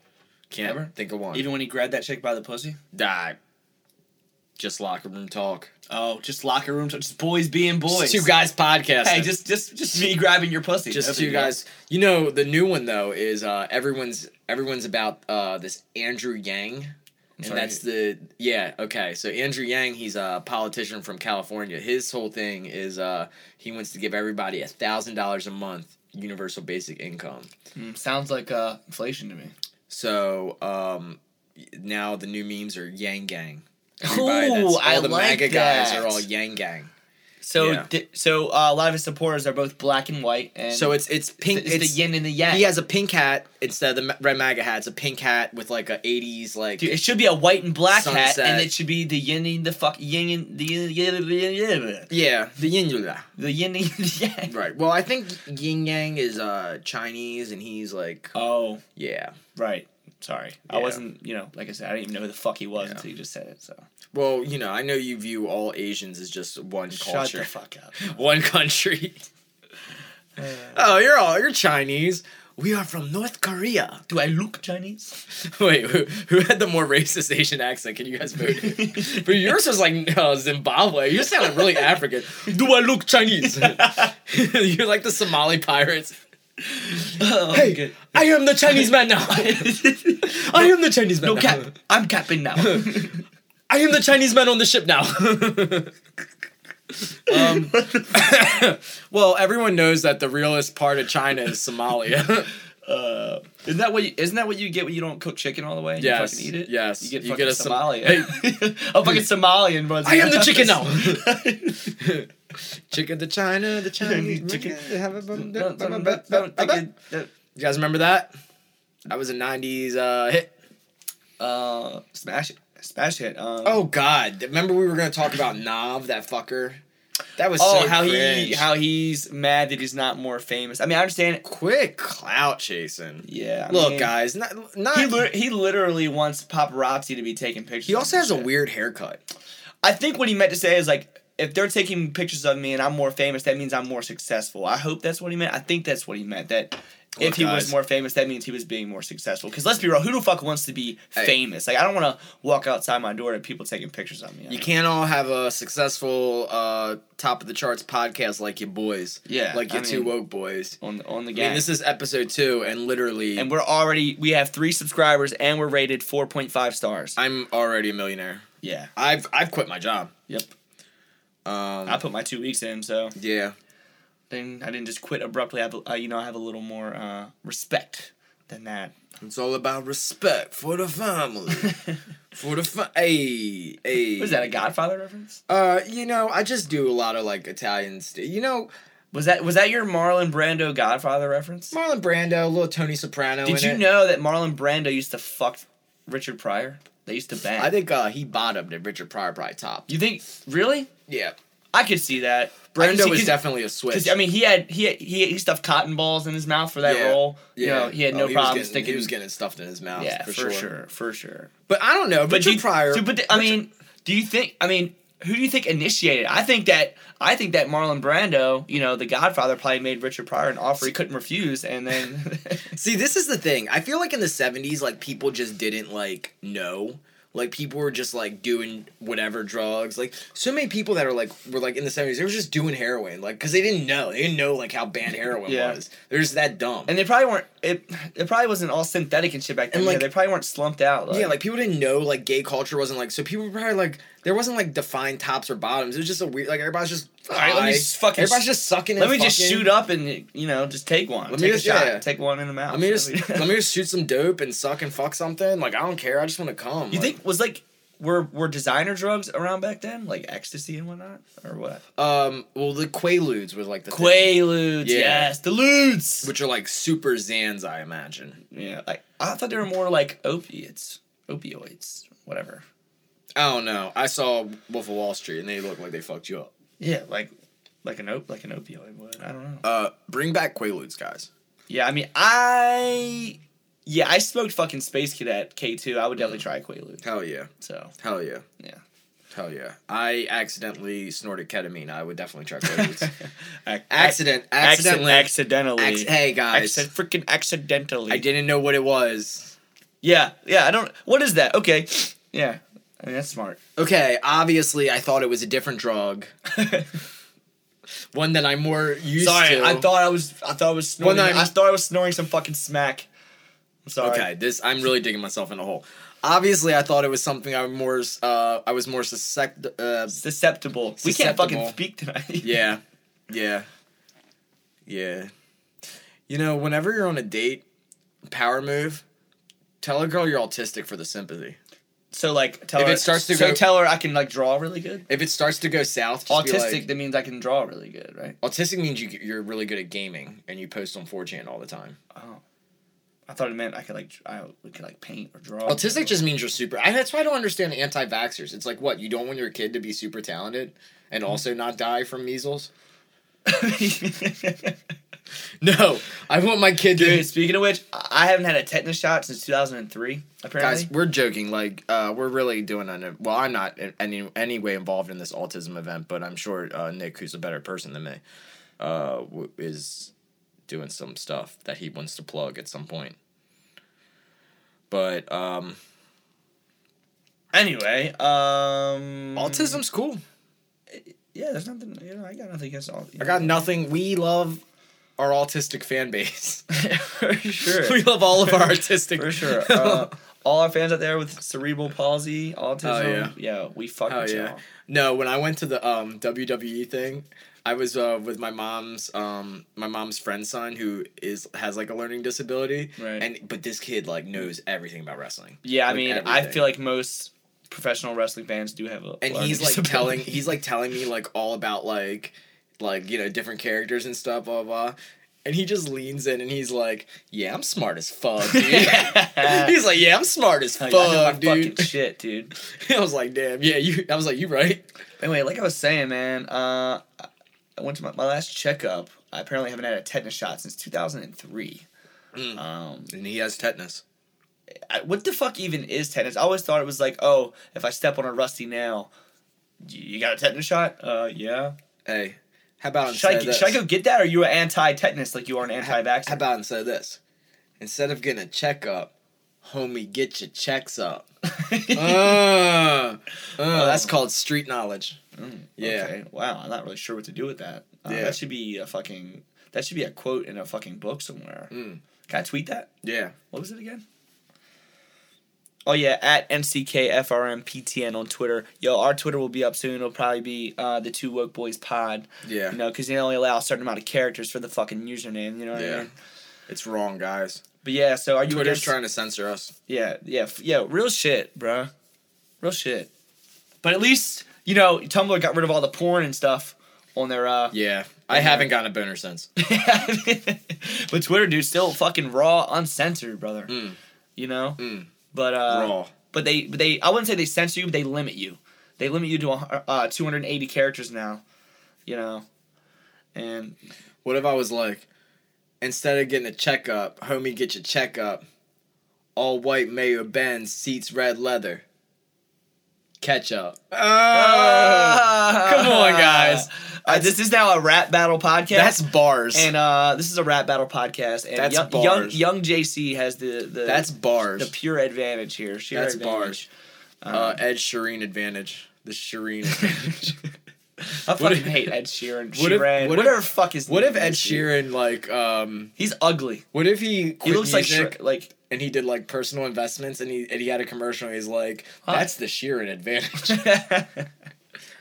S3: Can't
S4: Ever?
S3: think of one.
S4: Even when he grabbed that chick by the pussy.
S3: Die. Just locker room talk.
S4: Oh, just locker room, just boys being boys.
S3: Just two guys podcast.
S4: Hey, just just just me grabbing your pussy.
S3: just
S4: No big
S3: two
S4: deal.
S3: guys. You know the new one though is uh, everyone's everyone's about uh, this Andrew Yang. And
S4: sorry.
S3: that's the yeah okay so Andrew Yang he's a politician from California his whole thing is uh he wants to give everybody a thousand dollars a month universal basic income
S4: Mm, sounds like uh, inflation to me.
S3: so um now the new memes are Yang Gang Everybody that's-
S4: Ooh, I
S3: all the
S4: like
S3: MAGA
S4: that.
S3: guys are all Yang Gang
S4: So,
S3: Yeah.
S4: di- so uh, a lot of his supporters are both black and white, and
S3: so it's it's pink
S4: it's, the yin and the yang.
S3: He has a pink hat instead of the ma- red MAGA hat. It's a pink hat with like a '80s like.
S4: Dude, it should be a white and black hat,
S3: Sunset.
S4: and it should be the yin and the fuck yin and the yin, yin, yin, yin,
S3: yeah, the yin yula.
S4: the yin and the *laughs* yang.
S3: Right. Well, I think yin yang is uh Chinese, and he's like
S4: Oh,
S3: yeah.
S4: right. Sorry, I
S3: Yeah.
S4: wasn't. You know, like I said, I didn't even know who the fuck he was
S3: Yeah.
S4: until you just said it. So
S3: Well, you know, I know you view all Asians as just one *laughs*
S4: shut the
S3: culture,
S4: fuck up.
S3: *laughs* one country. Oh, you're all you're Chinese. We are from North Korea. *laughs*
S4: Do I look Chinese?
S3: Wait, who, who had the more racist Asian accent? Can you guys *laughs* vote? but yours was like uh, Zimbabwe. You sounded really African. Do I look *laughs* Chinese? you're like the Somali pirates.
S4: *laughs* Oh,
S3: Hey,
S4: good. *laughs*
S3: I am the Chinese man *laughs* now. I am the Chinese man.
S4: No
S3: now.
S4: cap. I'm
S3: *laughs*
S4: capping now.
S3: I am the Chinese man on the ship *laughs* now. um, *laughs* well, everyone knows that the realest part of China is Somalia.
S4: Uh, isn't that what? You, isn't that what you get when you don't cook chicken all the way?
S3: Yes,
S4: You fucking eat it.
S3: yes.
S4: You get
S3: You
S4: fucking
S3: get a Som-
S4: Somali. *laughs* I'm fucking Somalian, bro.
S3: I am the chicken now.
S4: chicken
S3: *laughs* Chicken to China, *laughs* the Chinese.
S4: Chicken.
S3: You guys remember that? That was a '90s uh, hit.
S4: Uh, *laughs* smash it. Smash hit. Um,
S3: Oh God! Remember we were gonna talk about Nav, that fucker. That was
S4: oh,
S3: so
S4: how
S3: cringe.
S4: he how he's mad that he's not more famous. I mean, I understand. it.
S3: quit clout chasing.
S4: Yeah. I
S3: Look,
S4: mean,
S3: guys, not not.
S4: He, lit he literally wants paparazzi to be taking pictures.
S3: he
S4: of
S3: also
S4: him
S3: has a
S4: and shit.
S3: weird haircut.
S4: I think what he meant to say is like, if they're taking pictures of me and I'm more famous, that means I'm more successful. I hope that's what he meant. I think that's what he meant. That if
S3: Look,
S4: he was
S3: guys.
S4: more famous, that means he was being more successful. Because let's be real, who the fuck wants to be
S3: Hey.
S4: famous? Like, I don't want to walk outside my door and people taking pictures of me.
S3: You can't all have a successful uh, top of the charts podcast like your boys.
S4: Yeah,
S3: like
S4: I
S3: your two
S4: mean-
S3: woke boys.
S4: on on the
S3: I mean,
S4: game.
S3: this is episode two, and literally,
S4: and we're already we have three subscribers and we're rated four point five stars.
S3: I'm already a millionaire.
S4: yeah.
S3: I've I've quit my job.
S4: Yep.
S3: Um,
S4: I put my two weeks in, so
S3: yeah.
S4: then I didn't just quit abruptly. I, have a- I you know I have a little more uh, respect than that. *laughs*
S3: It's all about respect for the family. for the fa- hey, hey.
S4: Was that a Godfather reference?
S3: Uh, you know, I just do a lot of like Italian st- You know,
S4: Was that was that your Marlon Brando Godfather reference?
S3: Marlon Brando, a little Tony Soprano.
S4: Did
S3: in
S4: you
S3: it.
S4: know that Marlon Brando used to fuck Richard Pryor? They used to bang.
S3: I think uh, he bottomed and Richard Pryor probably topped.
S4: You think really?
S3: Yeah,
S4: I could see that.
S3: Brando was
S4: was
S3: definitely a switch.
S4: I mean, he had he had, he, he stuffed cotton balls in his mouth for that
S3: Yeah.
S4: role. You know, he had
S3: Oh,
S4: no
S3: was
S4: problem
S3: getting-
S4: sticking.
S3: He was getting stuffed in his mouth.
S4: yeah,
S3: for, sure.
S4: for sure.
S3: But I don't know.
S4: But
S3: Richard
S4: you,
S3: Pryor.
S4: Dude, but th- I mean, do you think? I mean, who do you think initiated? I think that I think that Marlon Brando, you know, the Godfather, probably made Richard Pryor an offer he couldn't refuse, and
S3: *laughs*
S4: then *laughs*
S3: See, this is the thing. I feel like in the 70s, like, people just didn't, like, know. Like, people were just, like, doing whatever drugs. Like, so many people that are, like, were, like, in the 70s, they were just doing heroin. Like, because they didn't know. They didn't know, like, how bad heroin
S4: Yeah.
S3: was. They're just that dumb.
S4: and they probably weren't. It it probably wasn't all synthetic and shit back then.
S3: And,
S4: yeah,
S3: like-
S4: they probably weren't slumped out.
S3: yeah, like, people didn't know, like, gay culture wasn't, like, so people were probably, like, there wasn't, like, defined tops or bottoms. It was just a weird, like, everybody's just.
S4: All right, let me
S3: high.
S4: just fucking-
S3: Everybody's just sucking
S4: let
S3: and
S4: me just
S3: fucking.
S4: shoot up and you know just take one.
S3: Let me
S4: take
S3: just-
S4: a shot.
S3: yeah.
S4: Take one in the mouth.
S3: Let me
S4: *laughs*
S3: just let me just shoot some dope and suck and fuck something. Like I don't care. I just want to come.
S4: You think was like were were designer drugs around back then, like ecstasy and whatnot, or what?
S3: Um. Well, the Quaaludes were like the thing,
S4: Quaaludes,
S3: Yeah.
S4: yes, the ludes.
S3: which are like super Zans, I imagine.
S4: Yeah, like I thought they were more like opiates, opioids, whatever.
S3: I don't know. I saw Wolf of Wall Street, and they look like they fucked you up.
S4: Yeah, like like an op like an opioid would. I don't know.
S3: Uh, bring back Quaaludes, guys.
S4: Yeah, I mean I yeah I smoked fucking Space Cadet K two. I would
S3: Mm.
S4: definitely try Quaalude.
S3: Hell yeah.
S4: So
S3: Hell yeah.
S4: Yeah.
S3: Hell yeah. I accidentally snorted ketamine. I would definitely try
S4: *laughs*
S3: Quaaludes.
S4: Ac-
S3: Accident. Accidentally.
S4: accidentally,
S3: Acc- hey guys.
S4: Acci- freaking accidentally.
S3: I didn't know what it was.
S4: Yeah, yeah. I don't. What is that? Okay. Yeah, I mean that's
S3: *laughs*
S4: smart.
S3: Okay, obviously I thought it was a different drug. One that I'm more used
S4: sorry,
S3: to.
S4: I thought I was. I thought I was
S3: Well,
S4: snoring.
S3: no, I'm-
S4: I thought I was snoring some fucking smack. I'm sorry.
S3: Okay, this I'm really digging myself in a hole. Obviously, I thought it was something I more uh I was more suscect uh
S4: Susceptible. We can't fucking
S3: Susceptible.
S4: speak
S3: *laughs*
S4: tonight.
S3: yeah. Yeah. Yeah. You know, whenever you're on a date, power move, tell a girl you're autistic for the sympathy.
S4: So like, tell
S3: If
S4: her
S3: it starts to
S4: so
S3: go-
S4: tell her I can like draw really good.
S3: If it starts to go south, just be
S4: Autistic,
S3: like-
S4: that means I can draw really good, right?
S3: autistic means you you're really good at gaming and you post on 4chan all the time.
S4: Oh, I thought it meant I could like dr- I we could like paint or draw.
S3: Autistic just means you're super. I, that's why I don't understand anti-vaxxers. It's like what you don't want your kid to be super talented and also not die from measles. *laughs* No, I want my kid
S4: *laughs* Dude,
S3: to.
S4: speaking of which, I I haven't had a tetanus shot since 2003. Apparently,
S3: Guys, we're joking. Like, uh, we're really doing an. Well, I'm not in any any way involved in this autism event, but I'm sure uh, Nick, who's a better person than me, uh, w- is doing some stuff that he wants to plug at some point. But um,
S4: Anyway, um,
S3: autism's cool.
S4: Yeah, there's nothing. You know, I got nothing against autism.
S3: I
S4: *laughs*
S3: got nothing. We love our autistic fan base.
S4: for
S3: *laughs*
S4: sure.
S3: we love all of our artistic.
S4: *laughs*
S3: *laughs*
S4: for sure. Uh, all our fans out there with cerebral palsy, autism,
S3: Oh, yeah.
S4: yeah. we fuck
S3: Oh
S4: with
S3: yeah.
S4: y'all.
S3: No, when I went to the um, WWE thing, I was uh, with my mom's um, my mom's friend's son who is has like a learning disability,
S4: Right.
S3: and but this kid like knows everything about wrestling.
S4: Yeah, I
S3: Like,
S4: mean, I
S3: everything.
S4: feel like most professional wrestling fans do have a.
S3: and
S4: learning
S3: he's like
S4: disability.
S3: telling he's like telling me like all about like like you know different characters and stuff blah blah. blah. And he just leans in and he's like, "Yeah, I'm smart as fuck,
S4: *laughs*
S3: dude." *laughs* he's like, "Yeah, I'm smart as
S4: Like,
S3: fuck,
S4: I know my
S3: dude."
S4: fucking shit, dude.
S3: *laughs* I was like, "Damn, yeah, you." I was like, "You right?"
S4: Anyway, like I was saying, man, uh, I went to my, my last checkup. I apparently haven't had a tetanus shot since 2003.
S3: Mm.
S4: Um,
S3: And he has tetanus.
S4: I, what the fuck even is tetanus? I always thought it was like, oh, if I step on a rusty nail, you, you got a tetanus shot? Uh, yeah.
S3: Hey, how about
S4: Should I,
S3: instead of
S4: get- should I
S3: this?
S4: go get that, or you are anti-tetanus like you are an
S3: How,
S4: anti-vaccine?
S3: how
S4: *laughs*
S3: about instead of this? Instead of getting a checkup, homie, get your checks
S4: *laughs*
S3: up. uh,
S4: Oh.
S3: uh, that's called street knowledge. yeah.
S4: Okay. Wow, I'm not really sure what to do with that. Uh,
S3: Yeah.
S4: That should be a fucking. That should be a quote in a fucking book somewhere.
S3: Mm.
S4: Can I tweet that?
S3: Yeah.
S4: What was it again? Oh yeah, at nckfrmptn on Twitter. Yo, our Twitter will be up soon. It'll probably be uh, the Two Woke Boys Pod.
S3: Yeah.
S4: You know, because they only allow a certain amount of characters for the fucking username. You know what
S3: Yeah.
S4: I mean?
S3: It's wrong, guys.
S4: But yeah, so are you
S3: Twitter's
S4: against-
S3: trying to censor us.
S4: Yeah, yeah, f- yeah. Real shit, bruh. Real shit. But at least you know Tumblr got rid of all the porn and stuff on their. uh
S3: Yeah. I
S4: Yeah.
S3: haven't gotten a boner since.
S4: *laughs* But Twitter, dude, still fucking raw, uncensored, brother.
S3: Mm.
S4: You know.
S3: Mm.
S4: But uh,
S3: Raw.
S4: But they, but they. I wouldn't say they censor you, but they limit you. They limit you to a hu- uh, 280 characters now. You know.
S3: *laughs*
S4: And
S3: What if I was like, instead of getting a checkup, homie, get your checkup. All white Mayor Ben seats red leather. Ketchup.
S4: Ah!
S3: come on, guys.
S4: *laughs* Uh, this is now a rap battle podcast.
S3: That's bars.
S4: And uh, this is a rap battle podcast, and
S3: That's
S4: young,
S3: bars.
S4: young young JC has the the
S3: That's bars.
S4: the pure advantage here. Sheer
S3: That's
S4: advantage. Um,
S3: Uh, Ed Shireen advantage. The
S4: *laughs*
S3: Shireen advantage.
S4: I
S3: What
S4: fucking
S3: if-
S4: hate Ed Sheeran.
S3: *laughs* What if-
S4: Sheeran,
S3: what if-
S4: whatever the fuck his
S3: what if
S4: name
S3: Ed
S4: is, dude.
S3: Sheeran like um
S4: He's ugly.
S3: what if he quit
S4: He looks like
S3: music *laughs*
S4: Shrek, like
S3: and he did like personal investments and he and he had a commercial and he's like
S4: Huh?
S3: that's the Sheeran advantage. *laughs*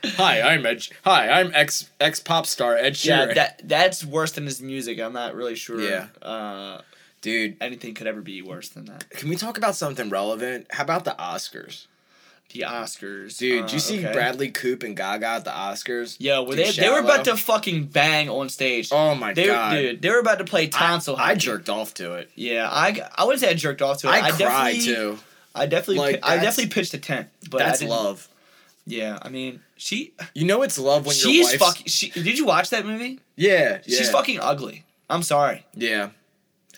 S3: hi, I'm Ed. Sh- Hi, I'm ex ex pop star Ed
S4: yeah.
S3: Sheeran.
S4: That that's worse than his music. I'm not really sure.
S3: Yeah.
S4: Uh,
S3: Dude,
S4: anything could ever be worse than that.
S3: can we talk about something relevant? How about the Oscars?
S4: The Oscars,
S3: Dude,
S4: uh,
S3: did you see
S4: okay.
S3: Bradley Coop and Gaga at the Oscars?
S4: Yeah, were
S3: Dude,
S4: they they were about
S3: Shallow.
S4: to fucking bang on stage.
S3: Oh my
S4: they,
S3: god.
S4: Dude, they were about to play tonsil.
S3: I, I
S4: hockey.
S3: jerked off to it.
S4: Yeah, I, I wouldn't say I jerked off to it.
S3: I, cried
S4: definitely,
S3: too.
S4: I definitely,
S3: Like,
S4: I
S3: that's-
S4: definitely pitched a tent. But I
S3: That's
S4: didn't-
S3: love.
S4: Yeah, I mean, she,
S3: You know it's love when your
S4: she's
S3: wife's
S4: fucking. She, did you watch that movie?
S3: yeah, yeah.
S4: She's fucking ugly. I'm sorry.
S3: Yeah.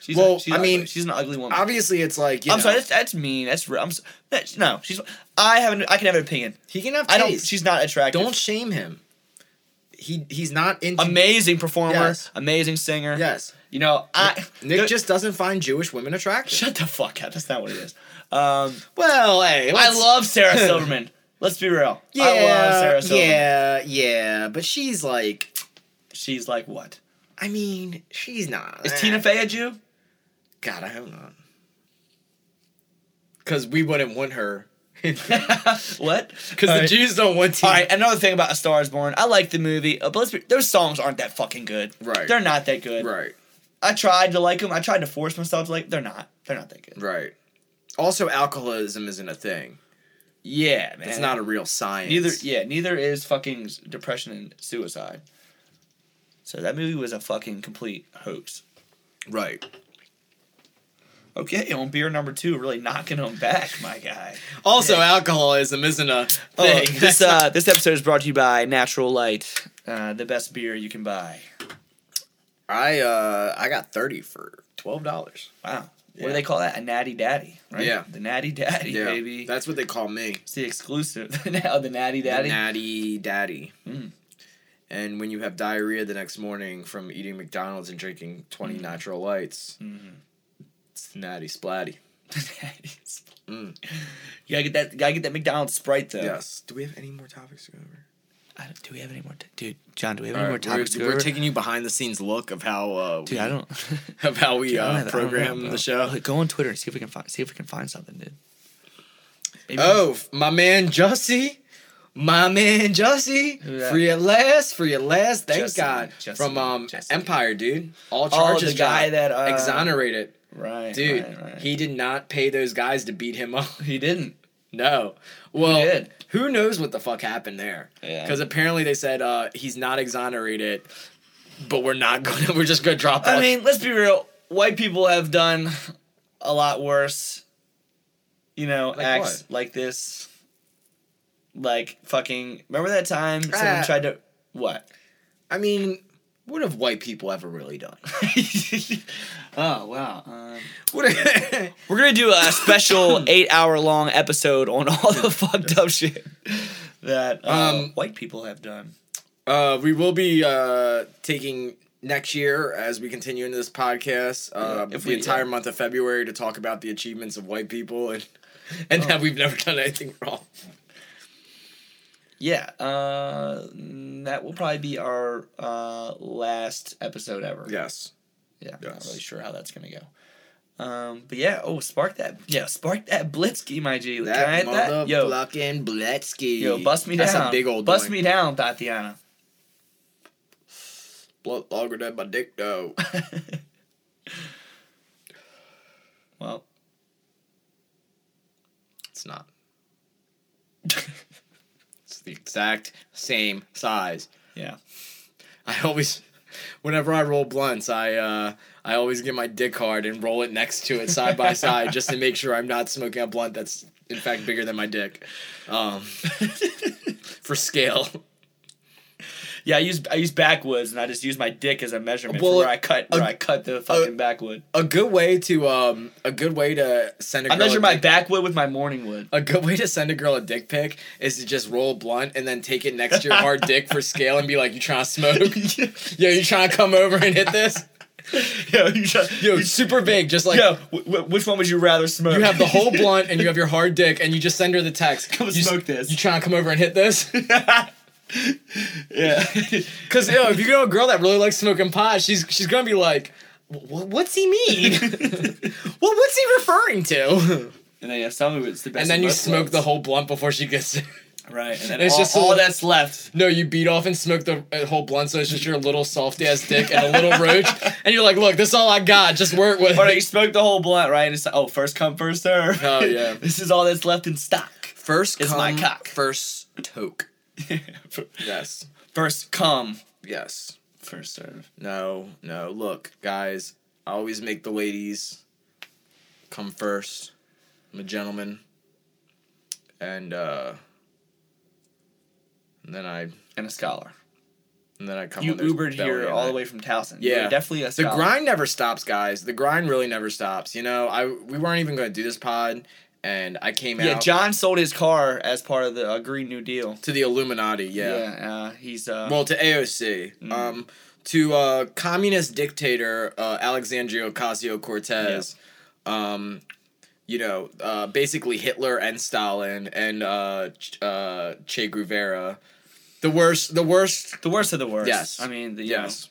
S4: She's
S3: Well,
S4: she's
S3: I
S4: ugly.
S3: mean,
S4: she's an ugly woman.
S3: Obviously, it's like you
S4: I'm
S3: know,
S4: sorry. That's, that's mean. That's real. I'm. So, that's, no, she's. I haven't. I can have an opinion.
S3: He can have taste.
S4: I don't. She's not attractive.
S3: Don't shame him. He he's not into.
S4: amazing performer.
S3: Yes.
S4: Amazing singer.
S3: Yes,
S4: You know, I.
S3: Nick
S4: there-
S3: just doesn't find Jewish women attractive.
S4: Shut the fuck up. That's not what it is. Um,
S3: well, hey,
S4: I
S3: let's- *laughs*
S4: love Sarah Silverman. Let's be real. I love Sarah Silverman.
S3: yeah, yeah, but she's like,
S4: She's like what?
S3: I mean, she's not.
S4: Is Tina Fey a Jew? *laughs*
S3: God, I hope not. Because we wouldn't want
S4: *laughs*
S3: her. Because
S4: what?
S3: the Jews don't want Tina.
S4: All right, another thing about A Star Is Born. I like the movie, uh, but let's be, their songs aren't that fucking good.
S3: Right.
S4: They're not that good.
S3: right,
S4: I tried to like them. I tried to force myself to like. They're not. They're not that good.
S3: right. Also, alcoholism isn't a thing.
S4: Yeah, man.
S3: It's not a real science.
S4: Neither. Yeah. Neither is fucking s- depression and suicide. So that movie was a fucking complete hoax.
S3: Right.
S4: Okay, on beer number two, really knocking them back, my guy.
S3: Also, alcoholism isn't a
S4: Oh,
S3: thing.
S4: *laughs* this uh, this episode is brought to you by Natural Light, uh, the best beer you can buy.
S3: I uh I got thirty for twelve dollars.
S4: Wow. What
S3: Yeah.
S4: do they call that? A natty daddy, right?
S3: Yeah.
S4: The natty daddy, baby.
S3: that's what they call me.
S4: *laughs* it's the exclusive now. The natty daddy.
S3: The natty daddy.
S4: Mm.
S3: and when you have diarrhea the next morning from eating McDonald's and drinking 20
S4: Hmm.
S3: natural lights, it's natty splatty. Mm.
S4: You gotta get that. Gotta get that McDonald's Sprite though.
S3: Yes. Do we have any more topics to go over?
S4: I don't, do we have any more? T- dude, John, do we have
S3: All
S4: any
S3: right,
S4: more topics?
S3: we're,
S4: to
S3: we're
S4: cover?
S3: taking you behind the scenes look of how uh,
S4: Dude,
S3: we,
S4: I don't.
S3: *laughs* of how we
S4: I don't
S3: uh,
S4: have- I don't know,
S3: program
S4: bro.
S3: the show.
S4: Look, Go on Twitter and see if we can find. See if we can find something, dude. Maybe-
S3: Oh, f- my man Jussie. My man Jussie.
S4: Who that?
S3: Free at last, free at last. Thank
S4: Jussie,
S3: God.
S4: Jussie,
S3: From um
S4: Jussie.
S3: Empire, dude. All
S4: the
S3: charges
S4: guy
S3: dropped.
S4: that, uh,
S3: exonerated.
S4: right,
S3: Dude,
S4: right, right.
S3: he did not pay those guys to beat him *laughs* up.
S4: he didn't.
S3: no. Well,
S4: did.
S3: who knows what the fuck happened there?
S4: Yeah.
S3: Because apparently they said uh, he's not exonerated, but we're not *laughs* gonna. We're just gonna drop.
S4: I
S3: all-
S4: mean, let's be real. White people have done a lot worse, you know, acts like this. Like fucking. Remember that time someone
S3: Ah.
S4: tried to *laughs* what?
S3: I mean, what have white people ever really *laughs* done?
S4: oh wow. Um,
S3: What?
S4: We're gonna do a
S3: *laughs*
S4: special eight-hour-long episode on all the fucked up shit that uh,
S3: Um,
S4: white people have done.
S3: *laughs* Uh, we will be uh, taking next year as we continue into this podcast uh,
S4: Yeah, if
S3: the
S4: we-
S3: entire
S4: yeah.
S3: month of February to talk about the achievements of white people and
S4: Oh.
S3: and that we've never done anything wrong.
S4: Yeah, uh, that will probably be our uh, last episode ever.
S3: Yes.
S4: yeah. I'm Not
S3: Yes.
S4: really sure how that's gonna go. Um, but yeah, oh, spark that, yeah, spark that blitzkey, my G. Can I
S3: That
S4: hit that? Yo,
S3: motherfucking Bletsky.
S4: yo, bust me
S3: That's
S4: down.
S3: a big old
S4: bust
S3: one.
S4: me down, Tatiana.
S3: Blunt longer than my dick
S4: *laughs*
S3: though.
S4: well, *laughs*
S3: it's not. It's the exact same size.
S4: yeah.
S3: I always, whenever I roll blunts, I uh, I always get my dick hard and roll it next to it side by side just to make sure I'm not smoking a blunt that's in fact bigger than my dick, um, *laughs* for scale.
S4: Yeah, I use I use backwoods, and I just use my dick as a measurement
S3: Well,
S4: for where I cut where
S3: uh,
S4: I cut the fucking backwood.
S3: A good way to um, a good way to send a
S4: I
S3: girl
S4: measure
S3: a
S4: my
S3: dick-
S4: backwood with my
S3: *laughs*
S4: morning wood. *laughs*
S3: A good way to send a girl a dick pic is to just roll a blunt and then take it next to your hard dick for scale and be like, "You trying to
S4: *laughs*
S3: smoke? Yo, you trying to come over and hit this?
S4: yo, you shut,
S3: Yo,
S4: *laughs* you
S3: it's super big, just like."
S4: yo, wh- wh- which one would you rather smoke?
S3: You have the
S4: *laughs*
S3: whole blunt and you have your hard dick and you just send her the text.
S4: Come
S3: you
S4: smoke this.
S3: You trying to come over and hit
S4: *laughs*
S3: this? *laughs*
S4: yeah.
S3: Because you know, if you go a girl that really likes smoking pot, she's she's gonna be like, "Wh- "What's he mean?
S4: *laughs*
S3: well, what's he referring to?"
S4: and then yeah, some of it's the
S3: And
S4: best. of
S3: then you
S4: both
S3: smoke
S4: worlds.
S3: the whole blunt before she gets. *laughs*
S4: *laughs*
S3: It.
S4: right. And then
S3: It's
S4: all,
S3: just
S4: all
S3: so-
S4: that's left.
S3: No, you beat off and smoke the uh, whole blunt, so it's just your little soft ass dick and a little roach, and you're like, "Look, this is all I got. Just work with
S4: Or you
S3: it."
S4: smoke the whole blunt, right? And it's like, oh, first come, first serve.
S3: Oh, yeah.
S4: *laughs* this is all that's left in stock. *laughs*
S3: First
S4: It's my come, cock.
S3: First toke. Yes.
S4: first come,
S3: Yes.
S4: first serve.
S3: No, no. Look, guys, I always make the ladies come first. I'm a gentleman. And uh and then I
S4: And a scholar.
S3: and then I come
S4: You
S3: when there's
S4: Ubered
S3: belly
S4: here
S3: in
S4: all the
S3: it.
S4: way from Towson.
S3: Yeah.
S4: You're definitely a
S3: The
S4: scholar.
S3: grind never stops, guys. The grind really never stops. You know, I we weren't even going to do this pod and I came
S4: Yeah,
S3: out
S4: John sold his car as part of the uh, Green New Deal.
S3: to the Illuminati, yeah.
S4: uh, he's uh,
S3: Well, to AOC.
S4: Mm.
S3: Um to uh communist dictator uh Alexandria Ocasio-Cortez. Um you know, uh, basically Hitler and Stalin and uh, Ch- uh, Che Guevara, the worst, the worst
S4: the worst of the worst.
S3: Yes.
S4: I mean, the,
S3: Yes.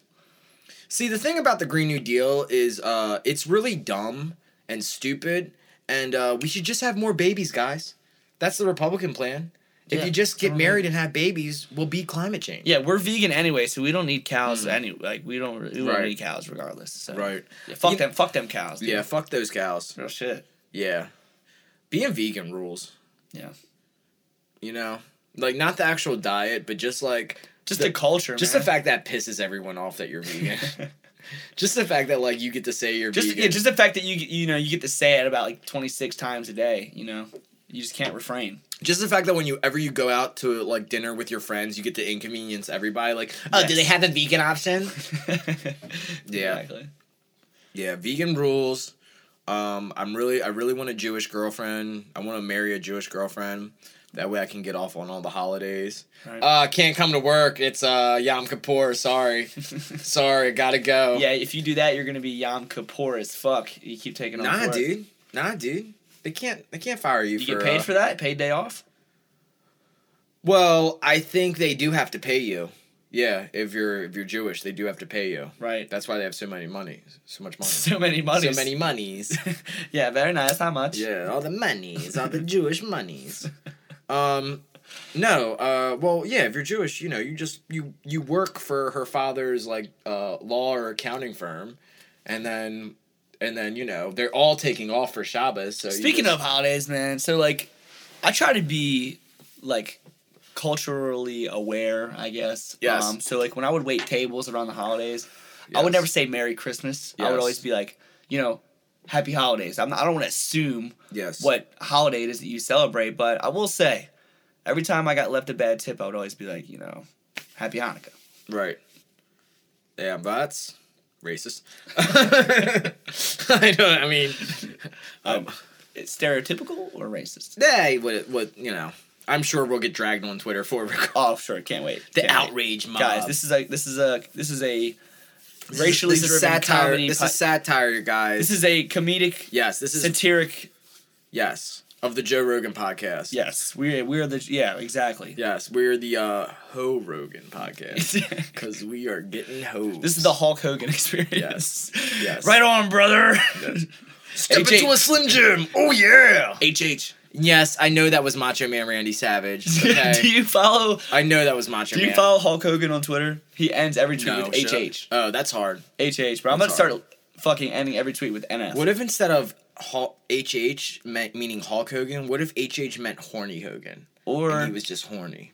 S3: See, the thing about the Green New Deal is uh, it's really dumb and stupid, and uh, we should just have more babies, guys. That's the Republican plan. If
S4: Yeah.
S3: you just get married and have babies, we'll beat climate change.
S4: Yeah, we're vegan anyway, so we don't need cows. Any like we don't we don't
S3: Hmm. Right.
S4: need cows regardless. So.
S3: Right.
S4: Yeah, fuck
S3: You-
S4: them. Fuck them cows. dude.
S3: Yeah, fuck those cows.
S4: Real shit.
S3: Yeah. Being vegan rules,
S4: Yeah.
S3: you know? Like, not the actual diet, but just like.
S4: Just the, culture.
S3: Just
S4: man.
S3: the fact that pisses everyone off that you're
S4: *laughs*
S3: vegan. *laughs* just the fact that, like, you get to say you're
S4: Just
S3: vegan.
S4: yeah. Just the fact that you you know you get to say it about like twenty six times a day. You know, you just can't refrain. *laughs*
S3: Just the fact that when you ever you go out to like dinner with your friends, you get to inconvenience everybody. Like, oh, do
S4: Yes.
S3: they have a vegan option?
S4: yeah. Exactly. *laughs*
S3: Yeah, vegan rules. Um, I'm really, I really want a Jewish girlfriend. I want to marry a Jewish girlfriend. That way, I can get off on all the holidays.
S4: Right.
S3: Uh, can't come to work. It's uh Yom Kippur. Sorry, sorry, gotta go.
S4: Yeah, if you do that, you're gonna be Yom Kippur as fuck. You keep taking off.
S3: Nah,
S4: work.
S3: dude. Nah, dude. They can't. They can't fire you.
S4: You
S3: for,
S4: get paid
S3: uh,
S4: for that? Paid day off?
S3: Well, I think they do have to pay you. Yeah, if you're if you're Jewish, they do have to pay you.
S4: Right.
S3: That's why they have so many money, so much money,
S4: *laughs* so many *laughs* monies. *laughs*
S3: so many monies.
S4: yeah, very nice. How much?
S3: yeah, all the monies, all
S4: *laughs*
S3: the Jewish monies. Um, no. Uh, well, yeah. If you're Jewish, you know, you just you you work for her father's like uh, law or accounting firm, and then and then you know they're all taking off for Shabbos. So you
S4: Speaking
S3: just-
S4: of holidays, man, so like, I try to be like culturally aware, I guess. Um,
S3: Yes.
S4: so like when I would wait tables around the holidays, I
S3: Yes.
S4: would never say Merry Christmas. I
S3: Yes.
S4: would always be like, you know, Happy Holidays. I'm not, I don't want to assume
S3: yes,
S4: what holiday it is that you celebrate, but I will say, every time I got left a bad tip, I would always be like, you know, Happy Hanukkah.
S3: Right. Yeah, that's
S4: *laughs*
S3: racist. *laughs* I know. I mean, um,
S4: It's stereotypical or racist?
S3: they what what you know. I'm sure we'll get dragged on Twitter for *laughs* it.
S4: Oh, sure, can't wait.
S3: the
S4: Can't wait.
S3: outrage mob.
S4: guys. This is a this is a this is a
S3: This is-
S4: racially
S3: this is
S4: driven
S3: satire.
S4: comedy.
S3: This
S4: po-
S3: is satire, guys.
S4: this is a comedic
S3: yes, this is
S4: satiric.
S3: yes of the Joe Rogan podcast.
S4: Yes, we we are the yeah exactly.
S3: Yes, we're the uh, Ho Rogan *laughs* podcast
S4: *laughs* this
S3: because we are getting hoes.
S4: is the Hulk Hogan
S3: *laughs*
S4: experience.
S3: Yes.
S4: Right on, brother. *laughs*
S3: step
S4: AJ.
S3: into a slim jim. Oh yeah.
S4: HH.
S3: Yes, I know that was Macho Man Randy *laughs* Savage.
S4: *laughs* do
S3: Okay.
S4: you follow
S3: I know that was Macho
S4: do you
S3: Man.
S4: follow Hulk Hogan on Twitter? He ends every tweet
S3: No,
S4: with
S3: should I?
S4: HH.
S3: Oh, that's hard.
S4: HH, bro. I'm gonna
S3: That's
S4: start fucking ending every tweet with NF.
S3: What if instead of Hul- HH meant meaning Hulk Hogan, what if HH meant horny Hogan?
S4: or
S3: and he was just horny.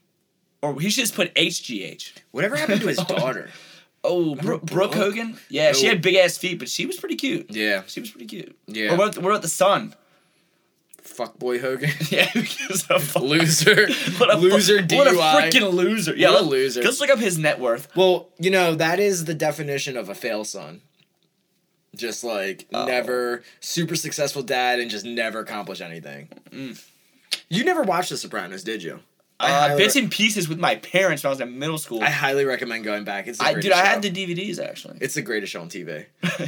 S4: or he should just put HGH.
S3: Whatever happened
S4: *laughs*
S3: to his daughter?
S4: Oh, Bro- Brooke
S3: Brooke? Oh.
S4: Hogan? Yeah, she
S3: No.
S4: had big ass feet, but she was pretty cute.
S3: Yeah,
S4: She was pretty cute.
S3: Yeah.
S4: Or what, about- what about the son? *laughs*
S3: fuck boy Hogan, *laughs*
S4: Yeah, who gives a fuck?
S3: loser,
S4: *laughs* What a fu-
S3: loser DUI.
S4: What a freaking loser. Yeah,
S3: What a
S4: let-
S3: loser.
S4: Let's look up his net worth.
S3: well, you know that is the definition of a fail son. Just like
S4: Oh.
S3: never super successful dad and just never accomplish anything.
S4: Mm.
S3: You never watched The Sopranos, did you? I
S4: Uh,
S3: highly
S4: bits
S3: re-
S4: and pieces with my parents when I was in middle school.
S3: I highly recommend going back. It's the
S4: I-
S3: greatest
S4: dude, I
S3: show.
S4: had the DVDs actually.
S3: It's the greatest show on TV.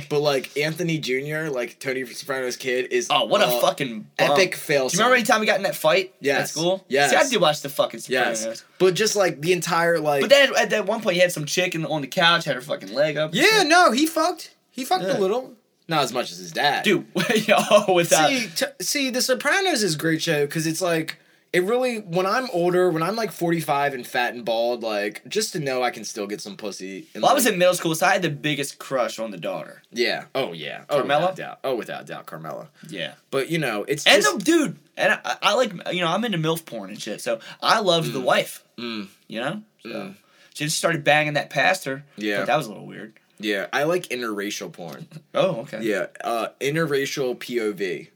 S3: but like Anthony Jr., like Tony Soprano's kid, is
S4: *laughs* oh, what
S3: uh,
S4: a fucking bum.
S3: epic fail.
S4: Do you remember any time we got in that fight at
S3: Yes.
S4: school?
S3: Yes.
S4: See, I did watch the fucking Sopranos.
S3: Yes, but just like the entire like.
S4: Oh, But then at that one point, you had some chick in- on the couch, had her fucking leg up. and
S3: yeah,
S4: shit.
S3: no, he fucked. He fucked a
S4: Yeah.
S3: little, not as much as his dad.
S4: Dude, *laughs* yo, without.
S3: see, t- see, The Sopranos is a great show because it's like it really. When I'm older, when I'm like 45 and fat and bald, like just to know I can still get some pussy. And,
S4: well, I
S3: like,
S4: was in middle school, so I had the biggest crush on the daughter.
S3: Yeah. Oh yeah. Oh,
S4: Carmella?
S3: without doubt. Oh, without doubt, Carmella.
S4: Yeah.
S3: But you know, it's
S4: And
S3: just,
S4: the dude, and I, I- I like you know I'm into milf porn and shit, so I loved the wife.
S3: Mm.
S4: You know, so
S3: Mm.
S4: she just started banging that pastor.
S3: Yeah.
S4: But that was a little weird.
S3: yeah. I like interracial porn.
S4: Oh, okay. *laughs*
S3: Yeah, uh, interracial POV.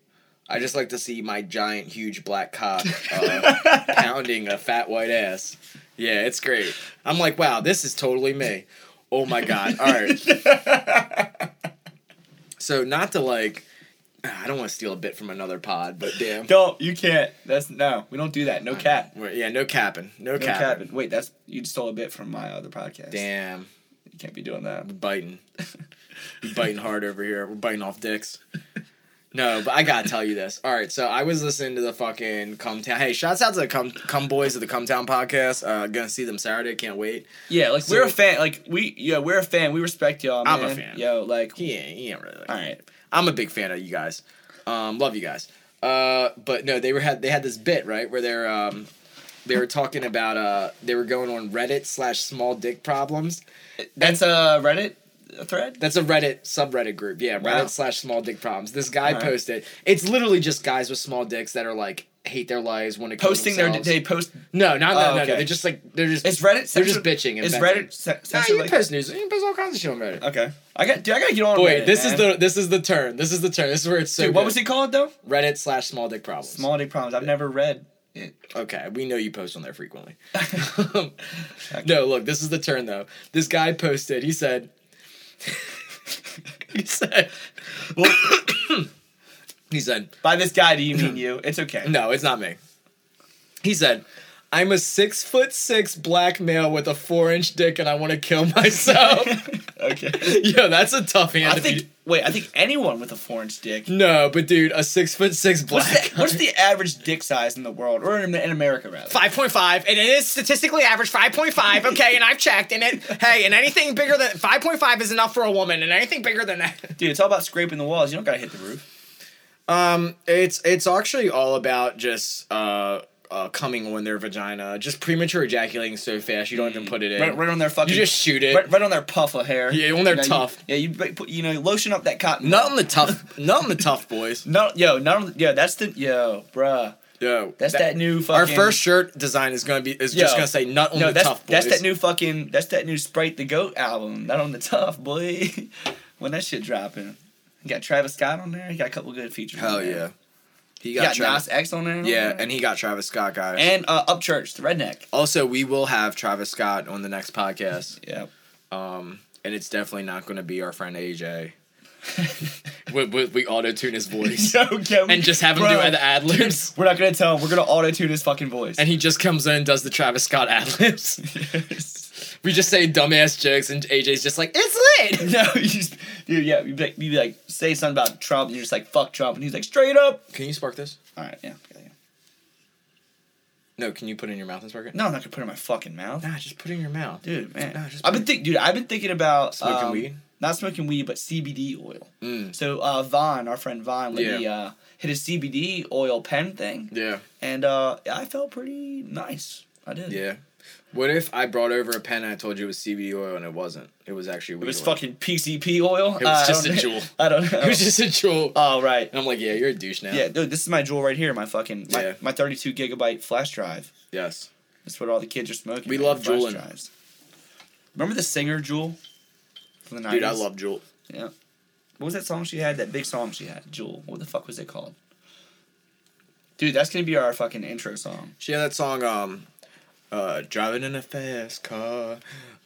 S3: I just like to see my giant, huge black cock *laughs* uh, pounding a fat white ass. Yeah, it's great. I'm like, wow, this is totally me. Oh my god! All *laughs* right. so not to like, I don't want to steal a bit from another pod, but *laughs* damn.
S4: No, you can't. That's no, we don't do that. No cat.
S3: We're- Yeah, no capping. No,
S4: No
S3: capping.
S4: cabin. Wait, that's you stole a bit from my other podcast.
S3: Damn,
S4: You can't be doing that.
S3: we're biting. *laughs* We're biting hard over here. We're biting off dicks. No, but I gotta tell you this. All right, so I was listening to the fucking Come Town. Hey, shouts out to the Come Come Boys of the Come Town podcast. Uh, gonna see them Saturday. Can't wait.
S4: Yeah, like we're a
S3: So-
S4: fan. Like we, yeah, we're a fan. We respect y'all.
S3: I'm a
S4: man.
S3: fan.
S4: Yo, like,
S3: He ain't, he ain't really. Like
S4: all right.
S3: I'm a big fan of you guys. Um, love you guys. Uh, but no, they were had they had this bit right where they're um, they were talking about uh, they were going on Reddit slash small dick problems.
S4: That's a Reddit thread.
S3: That's a Reddit subreddit group. Yeah, Reddit
S4: Wow.
S3: slash small dick problems. This guy
S4: Alright.
S3: posted. It's literally just guys with small dicks that are like hate their lives, want to kill
S4: Posting their
S3: themselves.
S4: they post.
S3: No, not that.
S4: Oh,
S3: No,
S4: okay.
S3: no. They're just like they're just.
S4: Is Reddit?
S3: They're just
S4: censored-
S3: bitching. And
S4: Is
S3: venting.
S4: Reddit cen-
S3: Nah,
S4: censored?
S3: you
S4: like-
S3: can post news. You can post all kinds of shit on Reddit.
S4: Okay. I got dude, I gotta get on.
S3: Wait,
S4: Reddit,
S3: this is
S4: man.
S3: the this is the turn. This is the turn. This is where it's so.
S4: dude. What
S3: good.
S4: was it called though?
S3: Reddit slash small dick problems.
S4: Small dick problems. I've never read it.
S3: Okay, we know you post on there
S4: *laughs*
S3: frequently. *laughs* No, look, this is the turn though. This guy *laughs* posted. He said. he said. *coughs* He said,
S4: By this guy, do you mean you? It's okay.
S3: No, it's not me. He said, I'm a six foot six black male with a four inch dick and I want to
S4: *laughs*
S3: kill myself.
S4: *laughs*
S3: *laughs*
S4: okay.
S3: Yo, that's a tough hand
S4: I
S3: to
S4: think. Wait, I think anyone with a four inch dick.
S3: be- No, but dude, a six foot six black. *laughs*
S4: What's the, what's the average dick size in the world, or in, in America rather?
S3: 5.5 and it is statistically average 5.5 okay and i've checked and it hey and anything bigger than 5.5 is enough for a woman and anything bigger than that
S4: Dude, it's all about scraping the walls. You don't gotta hit the roof.
S3: Um, it's it's actually all about just uh, uh coming on their vagina, just premature ejaculating so fast you don't even put it in.
S4: Mm. Right, right on their fucking.
S3: You just shoot it.
S4: Right, right on their puff of hair.
S3: Yeah, on their
S4: You know, you-
S3: tuff.
S4: yeah, you ba- put you know lotion up that cotton.
S3: Not on the tough, not on the tough
S4: *laughs*
S3: boys.
S4: No, yo, not on, yo. That's the yo, bruh.
S3: Yo,
S4: That's that, new fucking.
S3: Our first shirt design is gonna be is
S4: Yo.
S3: just gonna say "Nut on
S4: No,
S3: the
S4: that's
S3: tough boys."
S4: that's that new fucking. That's that new Sprite the Goat album. Not on the tough boy. *laughs* when that shit dropping, you got Travis Scott on there. You got a couple good features. on
S3: Hell
S4: there.
S3: yeah, he
S4: You
S3: got,
S4: got
S3: Travis.
S4: Nas X on there.
S3: yeah, and he got Travis Scott guys.
S4: and uh, Upchurch, the redneck.
S3: also, we will have Travis Scott on the next
S4: *laughs*
S3: podcast.
S4: Yeah.
S3: Um, and it's definitely not gonna be our friend AJ. we we, we auto tune his *laughs* voice
S4: Yo, can we-
S3: and just have him do
S4: Bro.
S3: the ad libs.
S4: We're not gonna tell him. We're gonna auto tune his fucking voice.
S3: and he just comes in and does the Travis Scott ad libs. we just say dumbass jokes, and AJ's just like, it's lit!
S4: *laughs* no, you just, dude, yeah, you like, you like say something about Trump, and you're just like fuck Trump, and he's like straight
S3: *laughs*
S4: up.
S3: Can you spark this?
S4: All right, yeah, yeah, yeah.
S3: No, can you put it in your mouth and spark it?
S4: No, I'm not gonna put it in my fucking mouth,
S3: Nah, just put it in your mouth.
S4: dude, man.
S3: No, just
S4: I've been think, dude, I've been thinking about
S3: Smoking
S4: um,
S3: weed?
S4: not smoking weed, but CBD oil.
S3: Mm.
S4: So uh, Vaughn, our friend Vaughn, when he
S3: Yeah.
S4: uh, hit his CBD oil pen thing,
S3: Yeah,
S4: and uh, I felt pretty nice. I did.
S3: yeah. What if I brought over a pen and I told you it was CBD oil and it wasn't? It was actually weed
S4: It was
S3: oil.
S4: fucking PCP oil.
S3: It was
S4: I
S3: just
S4: don't-
S3: a jewel.
S4: *laughs* I don't know.
S3: *laughs* It was just a jewel.
S4: oh right.
S3: and I'm like, yeah, you're a douche now.
S4: Yeah, dude, this is my jewel right here. My fucking my,
S3: Yeah.
S4: my 32 gigabyte flash drive.
S3: Yes.
S4: That's what all the kids are smoking.
S3: We
S4: man,
S3: love
S4: flash
S3: Juuling.
S4: drives. Remember the singer Jewel from the 90s?
S3: Dude, I love Jewel.
S4: Yeah. What was that song she had? That big song she had, Jewel. What the fuck was it called? Dude, that's gonna be our fucking intro song.
S3: She had that song, um, uh, driving in a fast car.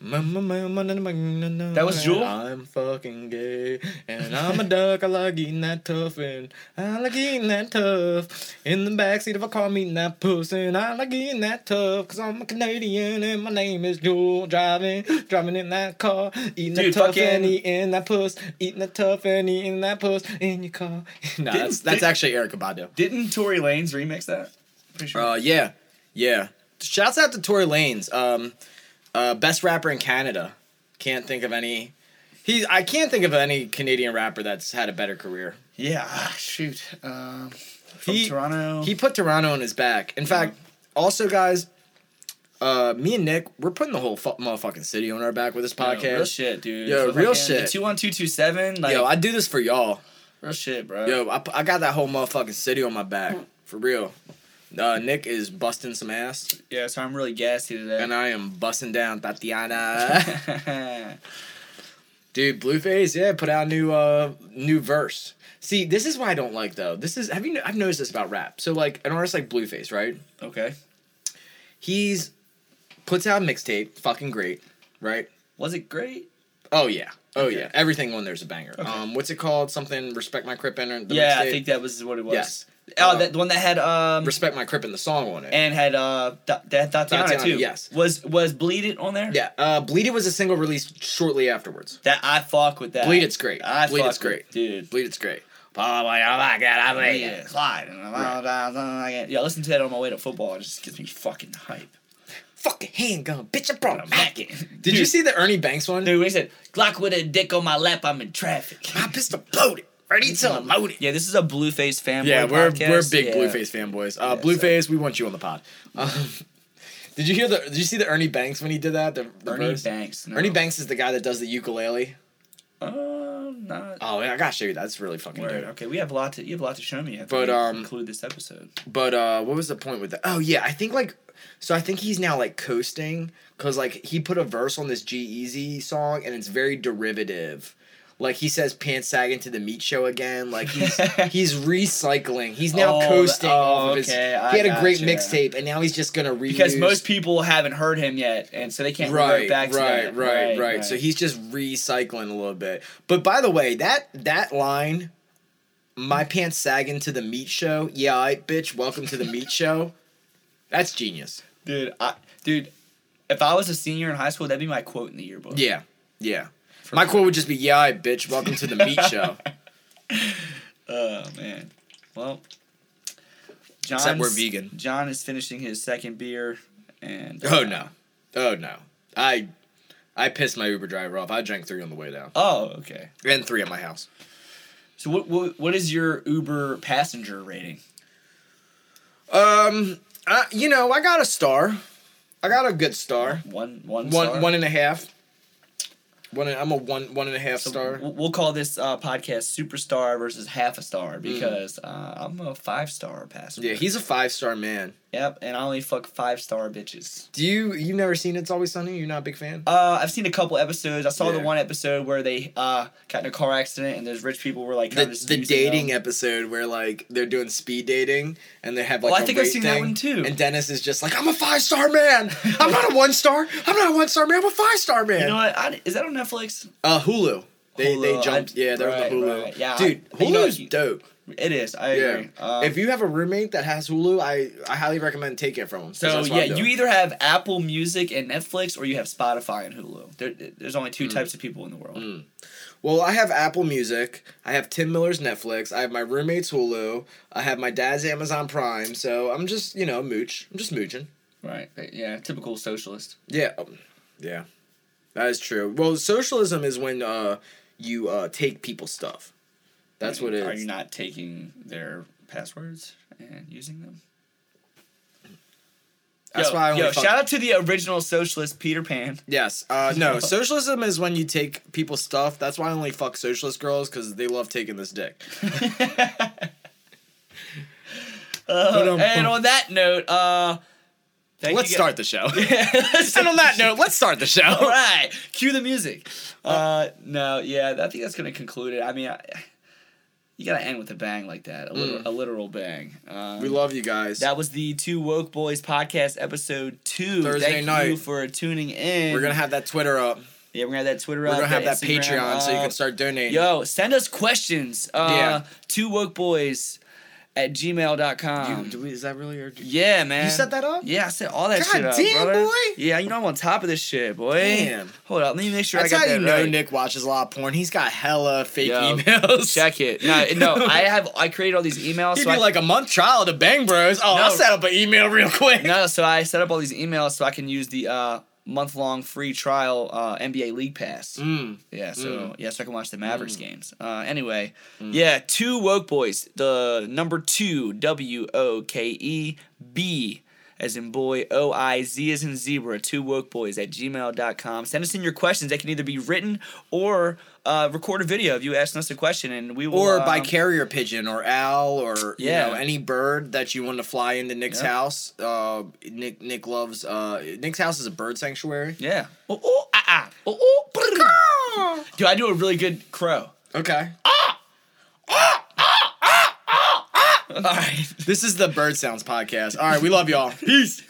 S3: That
S4: was Jewel?
S3: I'm fucking gay, and I'm a duck. I like eating that tough, and I like eating that tough. In the backseat of a car, meeting that pussy, and I like eating that tough. Cause I'm a Canadian, and my name is Jewel. Driving, driving in that car, eating
S4: Dude,
S3: that tough,
S4: fucking-
S3: and eating that puss, eating that tough, and eating that puss in your car. *laughs* no, that's, that's
S4: didn't-
S3: actually Erica Badu.
S4: Didn't Tory Lanez remix that? Pretty sure.
S3: Uh, yeah, yeah. Shouts out to Tory Lanez, um, uh, best rapper in Canada. Can't think of any. He, I can't think of any Canadian rapper that's had a better career.
S4: yeah, ah, shoot. Um, from
S3: He-
S4: Toronto.
S3: He put Toronto on his back. In fact, also guys, uh, me and Nick, we're putting the whole fu- motherfucking city on our back with this
S4: Yo,
S3: podcast. Yo,
S4: real shit, dude.
S3: Yo,
S4: So
S3: real
S4: fucking the
S3: shit.
S4: 21227, like,
S3: I do this for y'all.
S4: real shit, bro.
S3: Yo, I, pu- I got that whole motherfucking city on my back for real. Uh, Nick is busting some ass,
S4: Yeah, so I'm really gassy today.
S3: and I am busting down Tatiana. *laughs* Dude, Blueface, yeah, put out a new uh new verse. See, this is why I don't like though. This is have you I've noticed this about rap. So like an artist like Blueface, right?
S4: *laughs* okay.
S3: He's puts out a mixtape, fucking great, right?
S4: Was it great?
S3: Oh yeah. Oh
S4: Okay.
S3: yeah. Everything on there's a banger.
S4: Okay.
S3: Um what's it called? Something Respect My Crip and the
S4: yeah,
S3: mixtape?
S4: I think that was what it was.
S3: Yes.
S4: Oh,
S3: Um,
S4: that the one that had um
S3: Respect My Crip and the song on it.
S4: and had uh Th- that Tatiana,
S3: Tatiana,
S4: too.
S3: yes.
S4: Was was Bleed It on there?
S3: yeah. Uh Bleed It was a single released shortly afterwards.
S4: That I fuck with that.
S3: Bleed It's great.
S4: I
S3: Bleed
S4: fuck
S3: It's great.
S4: with- dude.
S3: Bleed it's great. Oh my oh my god, I bleed
S4: Yeah,
S3: it.
S4: Clyde. Yeah, I listen to that on my way to football. It just gets me fucking hype.
S3: Fucking handgun, bitch, I brought him back
S4: Mac
S3: in.
S4: it.
S3: Did you see the Ernie Banks one?
S4: Dude, when he said Glock with a dick on my lap. I'm in traffic.
S3: My pistol loaded, ready to unload it.
S4: Yeah, this is a Blueface fanboy.
S3: Yeah, we're
S4: podcast.
S3: we're big
S4: Yeah.
S3: Blueface fanboys. Uh,
S4: so-
S3: Blueface, we want you on the pod. Um, *laughs* did you hear the? Did you see the Ernie Banks when he did that? The, the
S4: Ernie
S3: verse?
S4: Banks. no.
S3: Ernie Banks is the guy that does the ukulele.
S4: Um, not
S3: Oh, I gotta show you that. It's really fucking
S4: Word.
S3: dope.
S4: Okay, we have a lot to you have a lot to show me. After
S3: But,
S4: we
S3: um,
S4: include this episode.
S3: But uh, what was the point with that? Oh yeah, I think like, so I think he's now like coasting because like he put a verse on this G Easy song and it's very derivative. Like he says, pants sagging to the meat show again. Like
S4: *laughs*
S3: he's he's recycling. He's now
S4: Oh, the-
S3: coasting
S4: oh,
S3: off of his.
S4: okay, I
S3: he had a great
S4: gotcha.
S3: mixtape, and now he's just gonna reuse.
S4: Because most people haven't heard him yet, and so they can't
S3: right,
S4: revert back
S3: right,
S4: to
S3: right,
S4: that.
S3: right, So he's just recycling a little bit. But by the way, that that line my pants sagging to the meat show. Yeah, I bitch, welcome to the meat show. That's genius.
S4: dude. I, dude, if I was a senior in high school, that'd be my quote in the yearbook.
S3: Yeah, yeah. my quote would just be, "Yeah, I bitch, welcome to the meat show."
S4: Oh man. Well, John's,
S3: we're vegan.
S4: John is finishing his second beer, and uh,
S3: Oh no, oh no. I, I pissed my Uber driver off. I drank three on the way down
S4: Oh, okay.
S3: and three at my house.
S4: So what what, what is your Uber passenger rating?
S3: Um, I, you know, I got a star. I got a good star.
S4: One one
S3: One,
S4: star?
S3: one and a half. One, and- I'm a one, one and a half
S4: So
S3: star.
S4: w- We'll call this uh, podcast superstar versus half a star because uh, I'm a five star passenger.
S3: Mm. Yeah, he's a five star man.
S4: Yep, and I only fuck five star bitches.
S3: Do you you've never seen It's Always Sunny? You're not a big fan?
S4: Uh, I've seen a couple episodes. I saw the
S3: Yeah.
S4: one episode where they uh, got in a car accident and those rich people were like
S3: the,
S4: kind of just
S3: the
S4: using
S3: dating
S4: them.
S3: episode where like they're doing speed dating and they have like
S4: Well, I
S3: I
S4: think I've seen that one, too.
S3: And Dennis is just like, I'm a five star man. I'm not
S4: *laughs*
S3: a one star. I'm not a one star man. I'm a five star man.
S4: You know what? I, is that on Netflix?
S3: uh, Hulu. They they
S4: Hulu,
S3: jumped.
S4: I-
S3: yeah, they're
S4: right,
S3: on the Hulu.
S4: right. Yeah,
S3: dude,
S4: I- you know,
S3: Hulu's
S4: you-
S3: dope.
S4: It is. I
S3: Yeah.
S4: agree. Um,
S3: if you have a roommate that has Hulu, I I highly recommend take it from them.
S4: so yeah, you either have Apple Music and Netflix, or you have Spotify and Hulu. There, there's only
S3: Mm.
S4: two types of people in the world.
S3: Well, I have Apple Music. I have Tim Miller's Netflix. I have my roommate's Hulu. I have my dad's Amazon Prime. So I'm just you know mooch. I'm just mooching.
S4: Right. Yeah. Typical socialist.
S3: Yeah, um, yeah, that is true. Well, socialism is when uh, you uh, take people's stuff. That's what it
S4: Are
S3: is.
S4: you not taking their passwords and using them?
S3: That's
S4: yo,
S3: why I only
S4: yo,
S3: fuck-
S4: shout out to the original socialist Peter Pan.
S3: Yes. Uh,
S4: *laughs*
S3: no, socialism is when you take people's stuff. That's why I only fuck socialist girls because they love taking this
S4: *laughs*
S3: dick. But, um,
S4: Uh, and on that note, uh, thank
S3: let's
S4: you
S3: start the
S4: *laughs*
S3: show.
S4: guys-
S3: and on that note, let's start the
S4: All
S3: show.
S4: right, cue the music.
S3: Oh.
S4: Uh, no, yeah, I think that's gonna conclude it. I mean, I, you gotta end with a bang like that, a, literal,
S3: Mm.
S4: a literal bang. Um,
S3: We love you guys.
S4: That was the Two Woke Boys podcast episode two.
S3: Thursday
S4: Thank you
S3: night.
S4: for tuning in.
S3: We're gonna have that Twitter up.
S4: yeah, we're gonna have that Twitter.
S3: We're
S4: up,
S3: gonna have that
S4: Instagram
S3: Patreon so you
S4: up.
S3: can start donating.
S4: Yo, send us questions. Uh,
S3: Yeah.
S4: Two Woke Boys at gmail.com.
S3: Dude, do we, is that really your?
S4: yeah, man.
S3: um, You set that up?
S4: Yeah, I set all that
S3: God
S4: shit up,
S3: damn,
S4: brother.
S3: boy.
S4: Yeah, you know I'm on top of this shit, boy.
S3: Damn.
S4: Hold up, let me make sure
S3: That's
S4: I
S3: how
S4: got
S3: you
S4: that
S3: know
S4: right.
S3: Nick watches a lot of porn. He's got hella fake
S4: Yo,
S3: emails.
S4: *laughs* Check it. No, no, I have I created all these
S3: *laughs*
S4: emails.
S3: He'd
S4: so
S3: be
S4: I,
S3: like a month trial to Bang Bros. Oh, I'll
S4: No.
S3: set up an email real quick.
S4: no, so I set up all these emails so I can use the uh, month long free trial uh, NBA League Pass.
S3: Mm. Mm.
S4: Yeah, so yeah, so I can watch the Mavericks games. Uh, anyway, yeah, two woke boys. The number two W O K E B as in boy O I Z as in zebra. Two woke boys at gmail.com. Send us in your questions. They can either be written or uh, record a video of you asking us a question, and we will
S3: Or by
S4: um,
S3: carrier pigeon or owl or
S4: Yeah.
S3: you know any bird that you want to fly into Nick's
S4: Yeah.
S3: house. Uh, Nick Nick loves uh, Nick's house is a bird sanctuary.
S4: yeah. Oh, oh, ah, ah. Oh, oh, brrr. Dude, I do a really good crow.
S3: Okay,
S4: All right. *laughs*
S3: this is the Bird Sounds podcast. All right, we love y'all. Peace.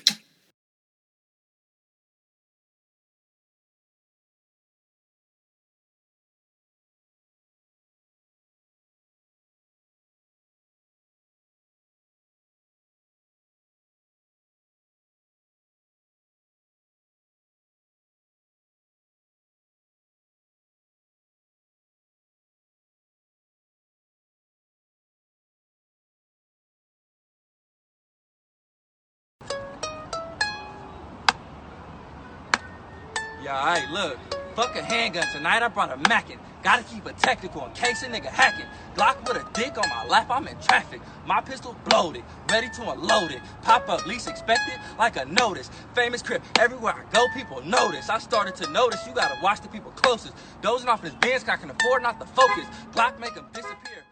S2: Yeah, alright, look. Fuck a handgun tonight, I brought a Mackin. Gotta keep it technical in case a nigga hacking. Glock with a dick on my lap, I'm in traffic. My pistol bloated, ready to unload it. Pop up, least expected, like a notice. Famous crib, everywhere I go, people notice. I started to notice, you gotta watch the people closest. Dozing off in his bins, I can afford not to focus. Glock make 'em disappear.